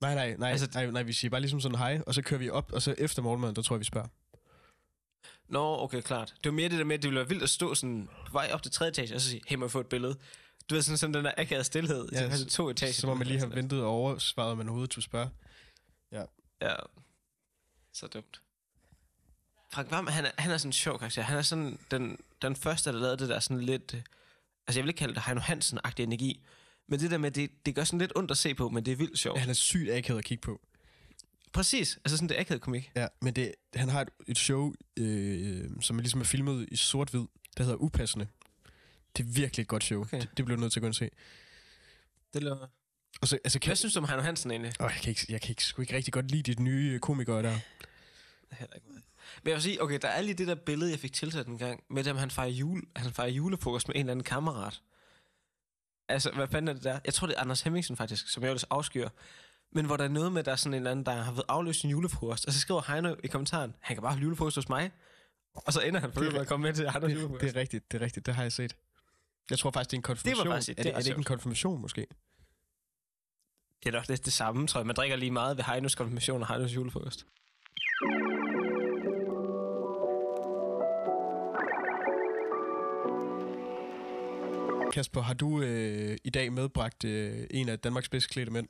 S2: Nej, nej, nej,
S1: Altså-
S2: altså, nej, nej, vi siger bare ligesom sådan hej, og så kører vi op, og så efter morgenmaden, der tror jeg, vi spørger.
S1: Nå, okay, klart. Det var mere det der med, at det ville være vildt at stå sådan på vej op til tredje etage, og så sige, hey, må jeg få et billede? Du ved, sådan, sådan den der akavede stillhed.
S2: Ja,
S1: Ja, så, to etager.
S2: så må man lige have ventet og oversvaret, om man overhovedet tog spørge.
S1: Ja. Så dumt. Frank Vam, han er, han er sådan en sjov karakter. Han er sådan den, den første, der lavede det der sådan lidt... øh, Altså, jeg vil ikke kalde det Heino Hansen-agtig energi. Men det der med, det, det gør sådan lidt ondt at se på, men det er vildt sjovt.
S2: Han er sygt akavet at kigge på.
S1: Præcis. Altså sådan det akavede komik.
S2: Ja, men det, han har et, et show, øh, som ligesom er filmet i sort-hvid, der hedder Upassende. Det er virkelig et godt show.
S1: Okay.
S2: Okay. Det, det blev du nødt til at gå ind og se.
S1: Det laver...
S2: Og så, altså, kan,
S1: Hvad synes du om Heino Hansen egentlig?
S2: åh, jeg, kan ikke, jeg kan ikke, sgu ikke rigtig godt lide dit nye øh, komikere der.
S1: Heller ikke meget. Men jeg vil sige, okay, der er lige det der billede, jeg fik tilsat en gang, med dem, han fejrer, jule, han fejrer julefrokost med en eller anden kammerat. Altså, hvad fanden er det der? Jeg tror, det er Anders Hemmingsen faktisk, som jeg ellers afskyer. Men hvor der er noget med, der er sådan en eller anden, der har været afløst sin julefrokost, og så skriver Heino i kommentaren, han kan bare holde julefrokost hos mig. Og så ender han på
S2: Det er
S1: med at komme med til Heinos
S2: Det,
S1: julefrokost.
S2: det er rigtigt, det er rigtigt. Det har jeg set. Jeg tror faktisk, det er en konfirmation.
S1: faktisk-
S2: er
S1: det
S2: det,
S1: var
S2: er det ikke
S1: sjovt.
S2: en konfirmation, måske?
S1: Det er nok lidt det samme, tror jeg. Man drikker lige meget ved Heinos konfirmation og Heinos julefrokost.
S2: Kasper, har du øh, i dag medbragt øh, en af Danmarks bedst klædte mænd?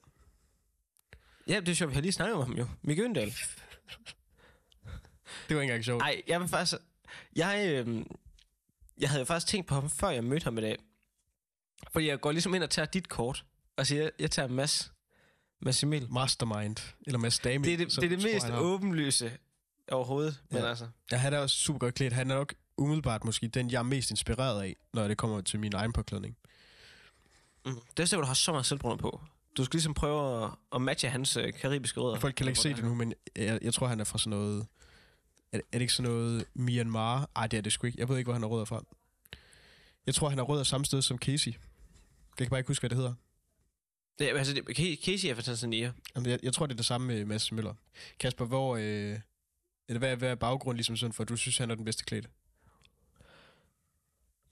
S1: Ja, det er sjovt. Vi har lige snakket om ham jo. Mikke Øndal.
S2: Det var ikke engang sjovt.
S1: Nej, jeg vil faktisk... Jeg, øh, jeg havde jo faktisk tænkt på ham, før jeg mødte ham i dag. Fordi jeg går ligesom ind og tager dit kort, og siger, jeg tager Mads, Mads Emil.
S2: Mastermind, eller Mads Dami.
S1: Det er det,
S2: som
S1: det, er det
S2: tror,
S1: mest
S2: han har.
S1: åbenlyse overhovedet, men
S2: Ja.
S1: altså...
S2: Ja, han er også super godt klædt. Han er nok umiddelbart måske den, jeg er mest inspireret af, når det kommer til min egen påklædning.
S1: Mm. Det er også der, hvor du har så meget selvbrunner på. Du skal ligesom prøve at, at matche hans øh, karibiske rødder.
S2: Folk kan ikke se det nu, men jeg, jeg tror, han er fra sådan noget... Er, er det ikke sådan noget Myanmar? Ej, det er det sgu ikke. Jeg ved ikke, hvor han er rødder fra. Jeg tror, han er rødder samme sted som Casey. Jeg kan bare ikke huske, hvad det hedder.
S1: Det, er- altså, det, Ke- Casey er fra Tanzania.
S2: Jamen, Jeg, jeg tror, det er det samme med Mads Møller. Kasper, hvor... Øh, eller hvad, hvad er baggrunden ligesom sådan for, at du synes, han er den bedste klædt?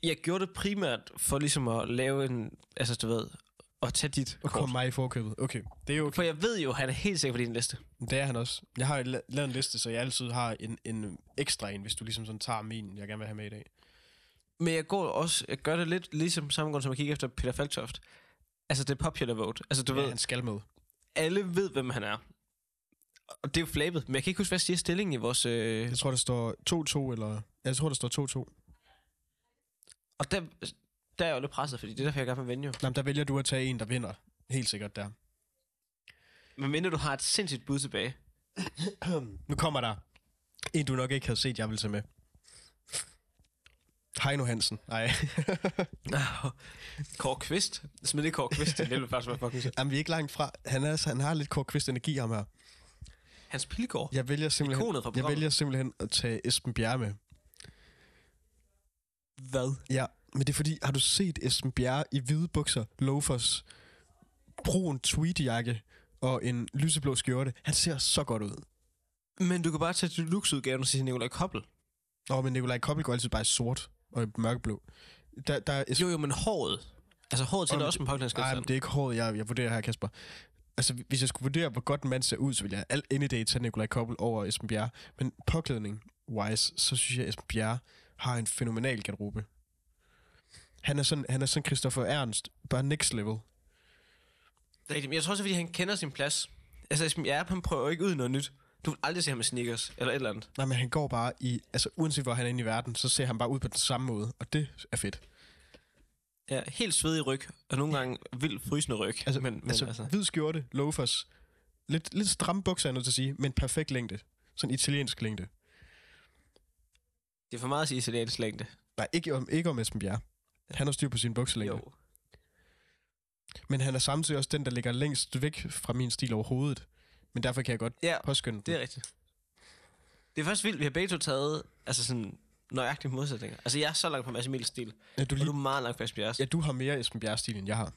S1: Jeg gjorde det primært for ligesom at lave en... Altså, du ved, at tage dit
S2: Og
S1: kort.
S2: kom mig i forkøbet. Okay, det er jo okay.
S1: For jeg ved jo, han er helt sikker på din liste.
S2: Det er han også. Jeg har la- lavet en liste, så jeg altid har en, en ekstra en, hvis du ligesom sådan tager min, jeg gerne vil have med i dag.
S1: Men jeg går også, jeg gør det lidt ligesom samme grund, som jeg kigger efter Peter Falktoft. Altså, det er popular vote. Altså, du
S2: Du ja,
S1: ved,
S2: ved, han skal med.
S1: alle ved, hvem han er. Og det er jo flabet, men jeg kan ikke huske, hvad siger stillingen i vores... Øh...
S2: Jeg tror, der står 2-2, eller... Jeg tror, der står 2-2.
S1: Og der, der er jeg jo lidt presset, fordi det er derfor, jeg gerne vil vinde jo.
S2: Nej, men der vælger du at tage en, der vinder. Helt sikkert der.
S1: Men mindre du har et sindssygt bud tilbage.
S2: nu kommer der en, du nok ikke havde set, jeg ville tage med. Heino Hansen. Nej,
S1: Kåre Kvist. Smid det Kåre Kvist, det ville faktisk være fucking sjovt.
S2: [laughs] Jamen, vi er ikke langt fra. Han, er, han har lidt kort kvist energi ham her.
S1: Hans Pilgaard.
S2: Jeg vælger simpelthen,
S1: Ikonet fra
S2: jeg
S1: programmet.
S2: vælger simpelthen at tage Esben Bjerre med.
S1: Hvad?
S2: Ja, men det er fordi, har du set Esben Bjerre i hvide bukser, loafers, brun tweedjakke og en lyseblå skjorte? Han ser så godt ud.
S1: Men du kan bare tage deluxe-udgaven og sige Nikolaj Koppel.
S2: Nå, men Nikolaj Koppel går altid bare i sort og i mørkeblå. Der, der er Esben...
S1: Jo, jo, men håret. Altså, håret til
S2: Om-
S1: det også en
S2: Nej, men
S1: påklædningsgenstand.
S2: det er ikke håret, jeg, jeg vurderer her, Kasper. Altså, hvis jeg skulle vurdere, hvor godt en mand ser ud, så ville jeg alt any day tage Nikolaj Koppel over Esben Bjerre. Men påklædning, wise, så synes jeg, at Esben Bjerre har en fænomenal garderobe. Han er sådan, han er sådan Christopher Ernst, bare next level.
S1: Det er rigtigt, men jeg tror også, fordi han kender sin plads. Altså, Esben Jarup, han prøver jo ikke ud noget nyt. Du vil aldrig se ham med sneakers, eller et eller andet.
S2: Nej, men han går bare i, altså uanset hvor han er inde i verden, så ser han bare ud på den samme måde, og det er fedt.
S1: Ja, helt svedig ryg, og nogle gange vildt frysende ryg. Altså, men, men
S2: Altså, altså. hvid skjorte, loafers, lidt, lidt stramme bukser, er jeg nødt til at sige, men perfekt længde. Sådan italiensk længde.
S1: det er for meget at sige italiensk længde.
S2: Nej, ikke om, ikke om Esben Bjerre. Han har styr på sin bukselængde. Jo.
S1: Jo.
S2: Men han er samtidig også den, der ligger længst væk fra min stil overhovedet. Men derfor kan jeg godt
S1: Ja,
S2: påskynde
S1: det
S2: det.
S1: er rigtigt. Det er faktisk vildt, vi har begge to taget altså sådan nøjagtige modsætninger. Altså, jeg er så langt fra Mads Emils stil,
S2: Ja, du,
S1: og du
S2: lige,
S1: er meget langt fra Esben Bjerres.
S2: ja, du har mere Esben Bjerre-stil, end jeg
S1: [laughs]
S2: har.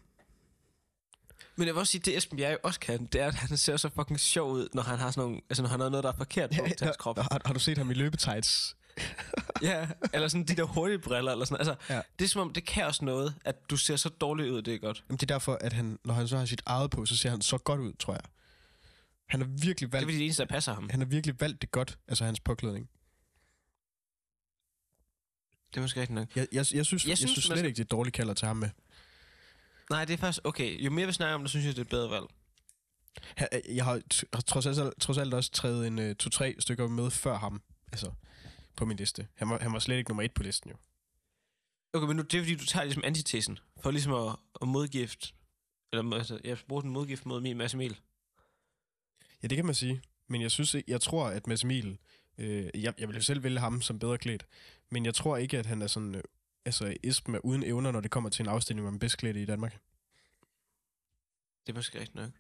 S1: Men jeg vil også sige, det Esben Bjerre jo også kan, det er, at han ser så fucking sjov ud, når han har sådan nogle, altså, når han har noget, der er forkert [laughs] på til hans krop.
S2: Har, har, har du set ham i løbetights?
S1: ja, eller sådan de der hurtige briller, eller sådan Altså,
S2: Ja.
S1: ja. det er som om, det kan også noget, at du ser så dårlig ud, det er godt.
S2: Jamen, det er derfor, at han, når han så har sit eget på, så ser han så godt ud, tror jeg. Han har virkelig
S1: Det er
S2: valgt,
S1: fordi det eneste, der passer ham.
S2: han har virkelig valgt det godt, altså hans påklædning.
S1: Det er måske rigtigt nok.
S2: Jeg, jeg, jeg, synes, jeg,
S1: Jeg
S2: jeg synes,
S1: synes,
S2: synes
S1: man
S2: slet ikke, det er dårligt kalder til ham med.
S1: Nej, det er faktisk okay. Jo mere vi snakker om det, synes jeg, det er et bedre valg.
S2: Han, jeg har, t- har trods, alt, trods alt også trædet en uh, to-tre stykker med før ham, altså på min liste. Han var, han var slet ikke nummer et på listen, jo.
S1: Okay, men nu, det er fordi, du tager ligesom antitesen, for ligesom at, at modgift, eller mod- altså, jeg bruger den modgift mod min masse mil.
S2: Ja, det kan man sige. Men jeg synes, ikke- jeg tror, at Mads Emil, øh, jeg, jeg vil jo selv vælge ham som bedre klædt, men jeg tror ikke, at han er sådan, øh, altså Esben er uden evner, når det kommer til en afstilling, hvor man er bedst klædt i Danmark.
S1: Det er måske rigtigt nok.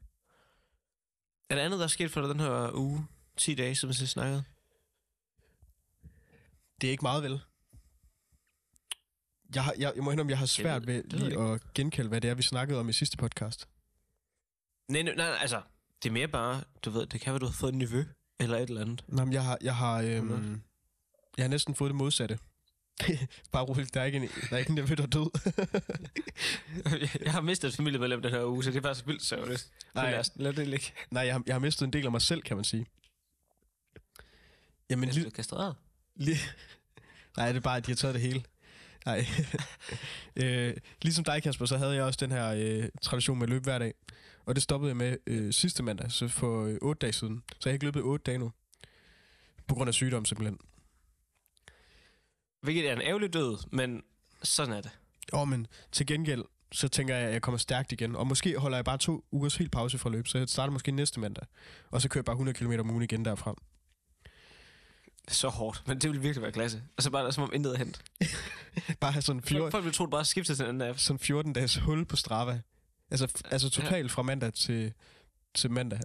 S1: Er der andet, der er sket for dig den her uge? 10 dage, som vi sidst snakkede?
S2: Det er ikke meget, vel? Jeg, har, jeg, jeg må indrømme, jeg har svært
S1: ved-
S2: ved
S1: det ved jeg
S2: lige at genkalde, hvad det er, vi snakkede om i sidste podcast.
S1: Nej, nej, nej, altså, det er mere bare, du ved, det kan være, du har fået en niveau, eller et eller
S2: [laughs]
S1: andet.
S2: Nå, men jeg har, jeg har,
S1: Hvad?
S2: øhm, jeg har næsten fået det modsatte. [laughs] Bare roligt, der er ikke en, der er ikke en, der ved, der er død. [laughs]
S1: jeg har mistet et familiemedlem den her uge, så det er faktisk vildt sørgeligt.
S2: Nej.
S1: Nej. Lad, os, lad det ligge.
S2: Nej, jeg har, jeg har mistet en del af mig selv, kan man sige. Jamen,
S1: Men
S2: li-
S1: er kastreret.
S2: Lige... Nej, det er bare, at de har taget det hele. Nej. øh, ligesom dig, Kasper, så havde jeg også den her øh, tradition med at løbe hver dag. Og det stoppede jeg med øh, sidste mandag, så for øh, otte dage siden. Så jeg har ikke løbet i otte dage nu. På grund af sygdom, simpelthen.
S1: Hvilket er en ærgerlig død, men sådan er det.
S2: Åh, men til gengæld, så tænker jeg, at jeg kommer stærkt igen. Og måske holder jeg bare to ugers helt pause fra løb, så jeg starter måske næste mandag. Og så kører jeg bare 100 km om ugen igen derfra.
S1: Så hårdt, men det ville virkelig være klasse. Og så bare der, som om intet er hent.
S2: Bare have sådan
S1: Folk,
S2: 14,
S1: folk ville tro, du bare skiftede til en anden app.
S2: sådan 14 dages hul på Strava. Altså, f- altså totalt fra mandag til, til mandag.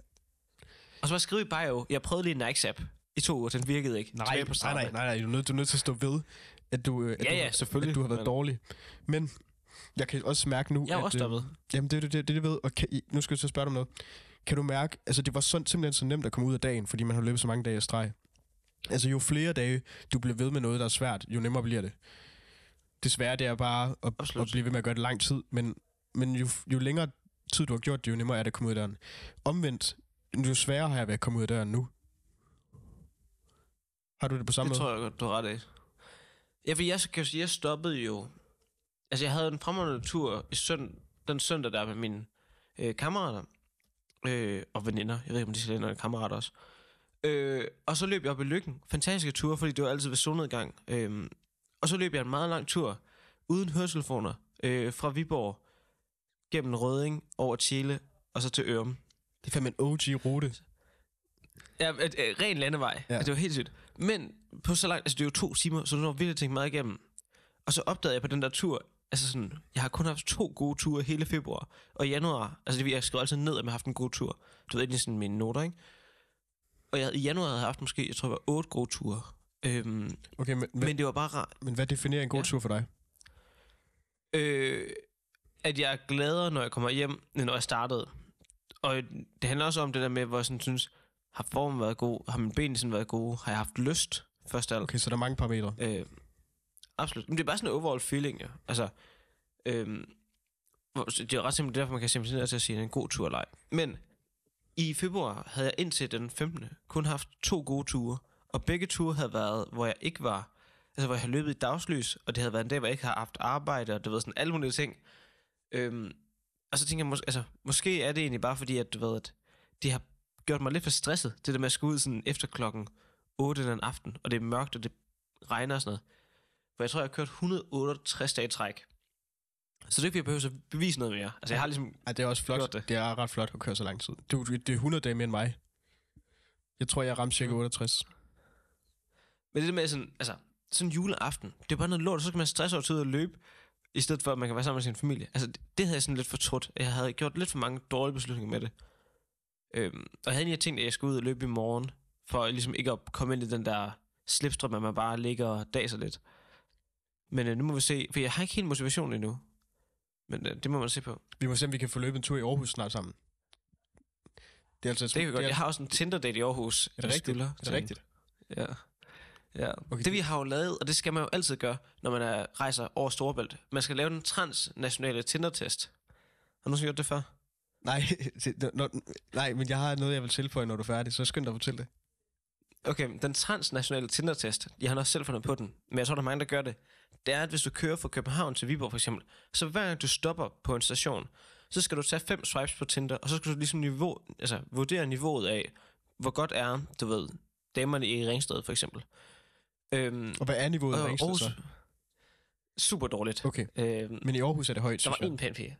S1: Og så bare skrive i bio, jeg prøvede lige en Nike-app i to uger, den virkede ikke.
S2: Nej,
S1: Tilbage
S2: nej,
S1: Strava.
S2: nej, nej, nej, du er nødt, du er nødt til at stå ved, at du, øh, at
S1: Ja,
S2: du,
S1: ja,
S2: har-
S1: selvfølgelig,
S2: at du har været
S1: men-
S2: dårlig. Men jeg kan også mærke nu,
S1: Jeg er
S2: at,
S1: jo også
S2: øh,
S1: stoppet.
S2: Jamen, det er det, det, det, det ved, og kan, I- nu skal jeg så spørge dig om noget. Kan du mærke, altså det var sådan, simpelthen så nemt at komme ud af dagen, fordi man har løbet så mange dage i streg. Altså jo flere dage, du bliver ved med noget, der er svært, jo nemmere bliver det. Desværre, det er bare at, at
S1: Absolut.
S2: blive ved med at gøre det lang tid, men, men jo, jo længere tid du har gjort det, jo nemmere er det at komme ud af døren. Omvendt, jo sværere har jeg ved at komme ud af døren nu. Har du det på samme
S1: Det
S2: måde?
S1: tror jeg godt, du har ret i. Ja, for jeg kan jo sige, jeg stoppede jo... Altså, jeg havde en fremragende tur i sønd, den søndag der med mine øh, kammerater øh, og veninder. Jeg ved ikke, om de skal noget kammerater også. Øh, og så løb jeg op i Lykken. Fantastiske ture, fordi det var altid ved solnedgang. Øh, og så løb jeg en meget lang tur uden høretelefoner øh, fra Viborg gennem Røding over Chile og så til Ørum.
S2: Det er fandme en
S1: [laughs]
S2: OG-rute.
S1: Ja, et, et, ren landevej.
S2: Ja.
S1: Ja. Det var helt sygt. Men på så langt, altså det var to timer, så du når virkelig tænkt meget igennem. Og så opdagede jeg på den der tur, altså sådan, jeg har kun haft to gode ture hele februar. Og i januar, altså det, vil- jeg skrev altid ned, at jeg har haft en god tur. Du ved, det er sådan mine noter, ikke? Og jeg, i januar havde jeg haft måske, jeg tror, det var otte gode ture. Øhm,
S2: Okay, men, men,
S1: men det var bare rart.
S2: men hvad definerer en god
S1: Ja.
S2: tur for dig?
S1: øh, at jeg er gladere, når jeg kommer hjem, end når jeg startede. Og det handler også om det der med, hvor jeg sådan synes, har formen været god? Har mine ben sådan været gode? Har jeg haft lyst? Først af alt.
S2: Okay, så der er mange parametre.
S1: Øh, absolut. Men det er bare sådan en overall feeling, jo. Altså, øh, det er ret simpelt, det er derfor man kan simpelthen til at sige, at det er en god tur eller ej. Men i februar havde jeg indtil den 15. kun haft to gode ture, Og begge ture havde været, hvor jeg ikke var. Altså, hvor jeg havde løbet i dagslys, og det havde været en dag, hvor jeg ikke havde haft arbejde, og du ved, sådan alle mulige ting. Øhm, og så tænker jeg, mås- altså, måske er det egentlig bare fordi, at du ved, at det har gjort mig lidt for stresset, det der med at skulle ud sådan efter klokken 8 den aften, og det er mørkt, og det regner og sådan noget. For jeg tror, jeg har kørt 168 dage i træk. Så det er ikke, fordi jeg behøver at bevise noget mere. Altså, jeg har ligesom...
S2: Ej, det er også flot.
S1: Gjort det.
S2: Det. det er ret flot at køre så lang tid. Du, du- det er 100 dage mere end mig. Jeg tror, jeg ramte
S1: Mm.
S2: cirka 68.
S1: Men det der med sådan, altså, sådan juleaften, det er bare noget lort, så skal man stresse over tid og løbe, i stedet for, at man kan være sammen med sin familie. Altså, det, det havde jeg sådan lidt fortrudt. Jeg havde gjort lidt for mange dårlige beslutninger med det. Øhm, og jeg havde egentlig tænkt, at jeg skulle ud og løbe i morgen, for ligesom ikke at komme ind i den der slipstrøm, at man bare ligger og daser lidt. Men øh, nu må vi se, for jeg har ikke helt motivation endnu. Men øh, det må man se på.
S2: Vi må se, om vi kan få løbet en tur i Aarhus snart sammen. Det er altså et
S1: Det kan vi godt.
S2: det
S1: Jeg
S2: er,
S1: har også en Tinder-date i Aarhus.
S2: det
S1: jeg
S2: rigtigt?
S1: bestiller
S2: er
S1: til
S2: det
S1: en-
S2: rigtigt?
S1: Ja. ja.
S2: Okay,
S1: Okay, det vi har jo lavet, og det skal man jo altid gøre, når man er, rejser over Storebælt. Man skal lave den transnationale Tinder-test. Har du nogensinde gjort det før?
S2: Nej, [laughs] det- når, nej, men jeg har noget, jeg vil tilføje, når du er færdig, så skynd dig at fortælle det.
S1: Okay, men den transnationale Tinder-test, jeg har nok selv fundet på den, men jeg tror, der er mange, der gør det, det er, at hvis du kører fra København til Viborg for eksempel, så hver gang du stopper på en station, så skal du tage fem swipes på Tinder, og så skal du ligesom niveau, altså, vurdere niveauet af, hvor godt er, du ved, damerne i Ringsted for eksempel. Øhm,
S2: Og hvad er niveauet af Ringsted så?
S1: Super dårligt.
S2: Okay,
S1: Øhm,
S2: men i Aarhus er det højt,
S1: Der var
S2: synes jeg.
S1: en pæn pige.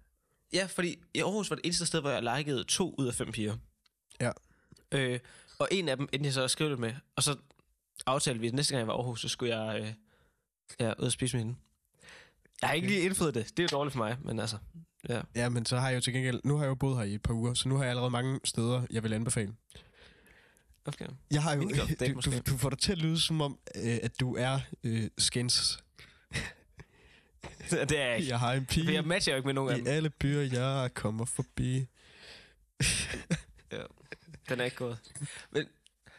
S1: Ja, fordi i Aarhus var det eneste sted, hvor jeg likede to ud af fem piger.
S2: Ja.
S1: Øh, og en af dem endte jeg så at skrive det med, og så aftalte vi, at næste gang jeg var i Aarhus, så skulle jeg øh, ja, ud og spise med hende. Jeg har ikke
S2: Okay.
S1: lige indfødt det. Det er jo dårligt for mig, men altså... Ja.
S2: Ja, men så har jeg jo til gengæld... Nu har jeg jo boet her i et par uger, så nu har jeg allerede mange steder, jeg vil anbefale. [laughs]
S1: Okay.
S2: Jeg har jo...
S1: Min golfdate
S2: [laughs] Du,
S1: måske.
S2: du, du får det til at lyde som om, øh, at du er øh, skins.
S1: det er jeg ikke.
S2: Jeg har en
S1: For
S2: pige
S1: jeg matcher jo ikke med nogen af
S2: i
S1: dem.
S2: alle byer, jeg kommer forbi.
S1: Den er ikke gået. Men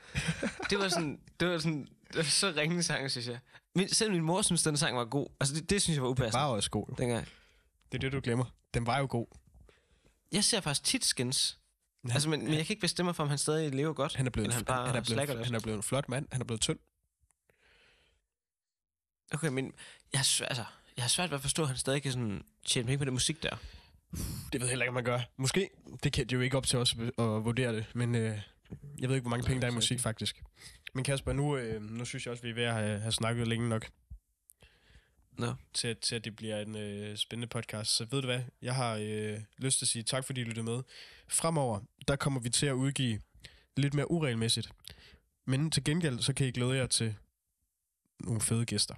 S1: [laughs] det var sådan... Det var sådan... Det var så ringende sang, synes jeg. Min, selv min mor synes, den sang var god. Altså, det, det synes jeg var upassende.
S2: Var også god. jo.
S1: Dengang.
S2: Det er det, du glemmer. Den var jo god.
S1: Jeg ser faktisk tit skins.
S2: Men han-
S1: Altså, men, men jeg kan ikke bestemme mig for, om han stadig lever godt.
S2: Han er blevet,
S1: Eller
S2: en-
S1: han bare
S2: han, er
S1: slækker
S2: blevet,
S1: løs.
S2: han er blevet en flot mand. Han er blevet tynd.
S1: Okay, men jeg har, svært, altså, jeg har svært ved at forstå, at han stadig kan sådan, tjene penge på den musik der.
S2: Det ved jeg heller ikke, om man gør. Måske. Det kan det er jo ikke op til os at at vurdere det, men øh, jeg ved ikke, hvor mange
S1: Nej,
S2: penge der er i
S1: så
S2: musik,
S1: ikke.
S2: faktisk. Men Kasper, nu, øh, nu synes jeg også, vi er ved at have, have snakket længe nok.
S1: Nå.
S2: Til, at- til at det bliver en øh, spændende podcast. Så ved du hvad? Jeg har øh, lyst til at sige tak, fordi I lyttede med. Fremover, der kommer vi til at udgive lidt mere uregelmæssigt. Men til gengæld, så kan I glæde jer til nogle fede gæster.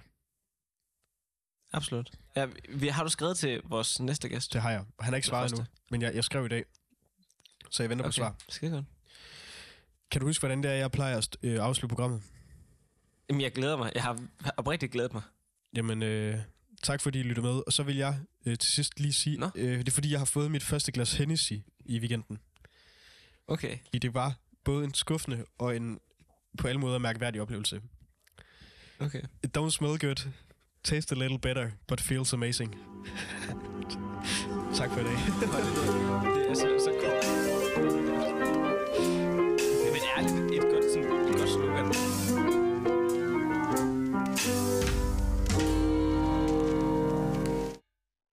S1: Absolut. Ja, vi, har du skrevet til vores næste gæst?
S2: Det har jeg. Han har ikke
S1: Den
S2: svaret
S1: første.
S2: endnu, men jeg, jeg skrev i dag. Så jeg venter okay. på svar.
S1: skide godt.
S2: Kan du huske, hvordan det er, jeg plejer at øh, afslutte programmet?
S1: Jamen, jeg glæder mig. Jeg har oprigtigt glædet mig.
S2: Jamen, øh, tak fordi I lytter med. Og så vil jeg øh, til sidst lige sige,
S1: Nå.
S2: øh, det er fordi, jeg har fået mit første glas Hennessy i weekenden.
S1: Okay.
S2: I det var både en skuffende og en på alle måder mærkværdig oplevelse.
S1: Okay.
S2: It don't smell good, taste a little better, but feels amazing. [laughs] tak for i dag.
S1: Det er så, så godt.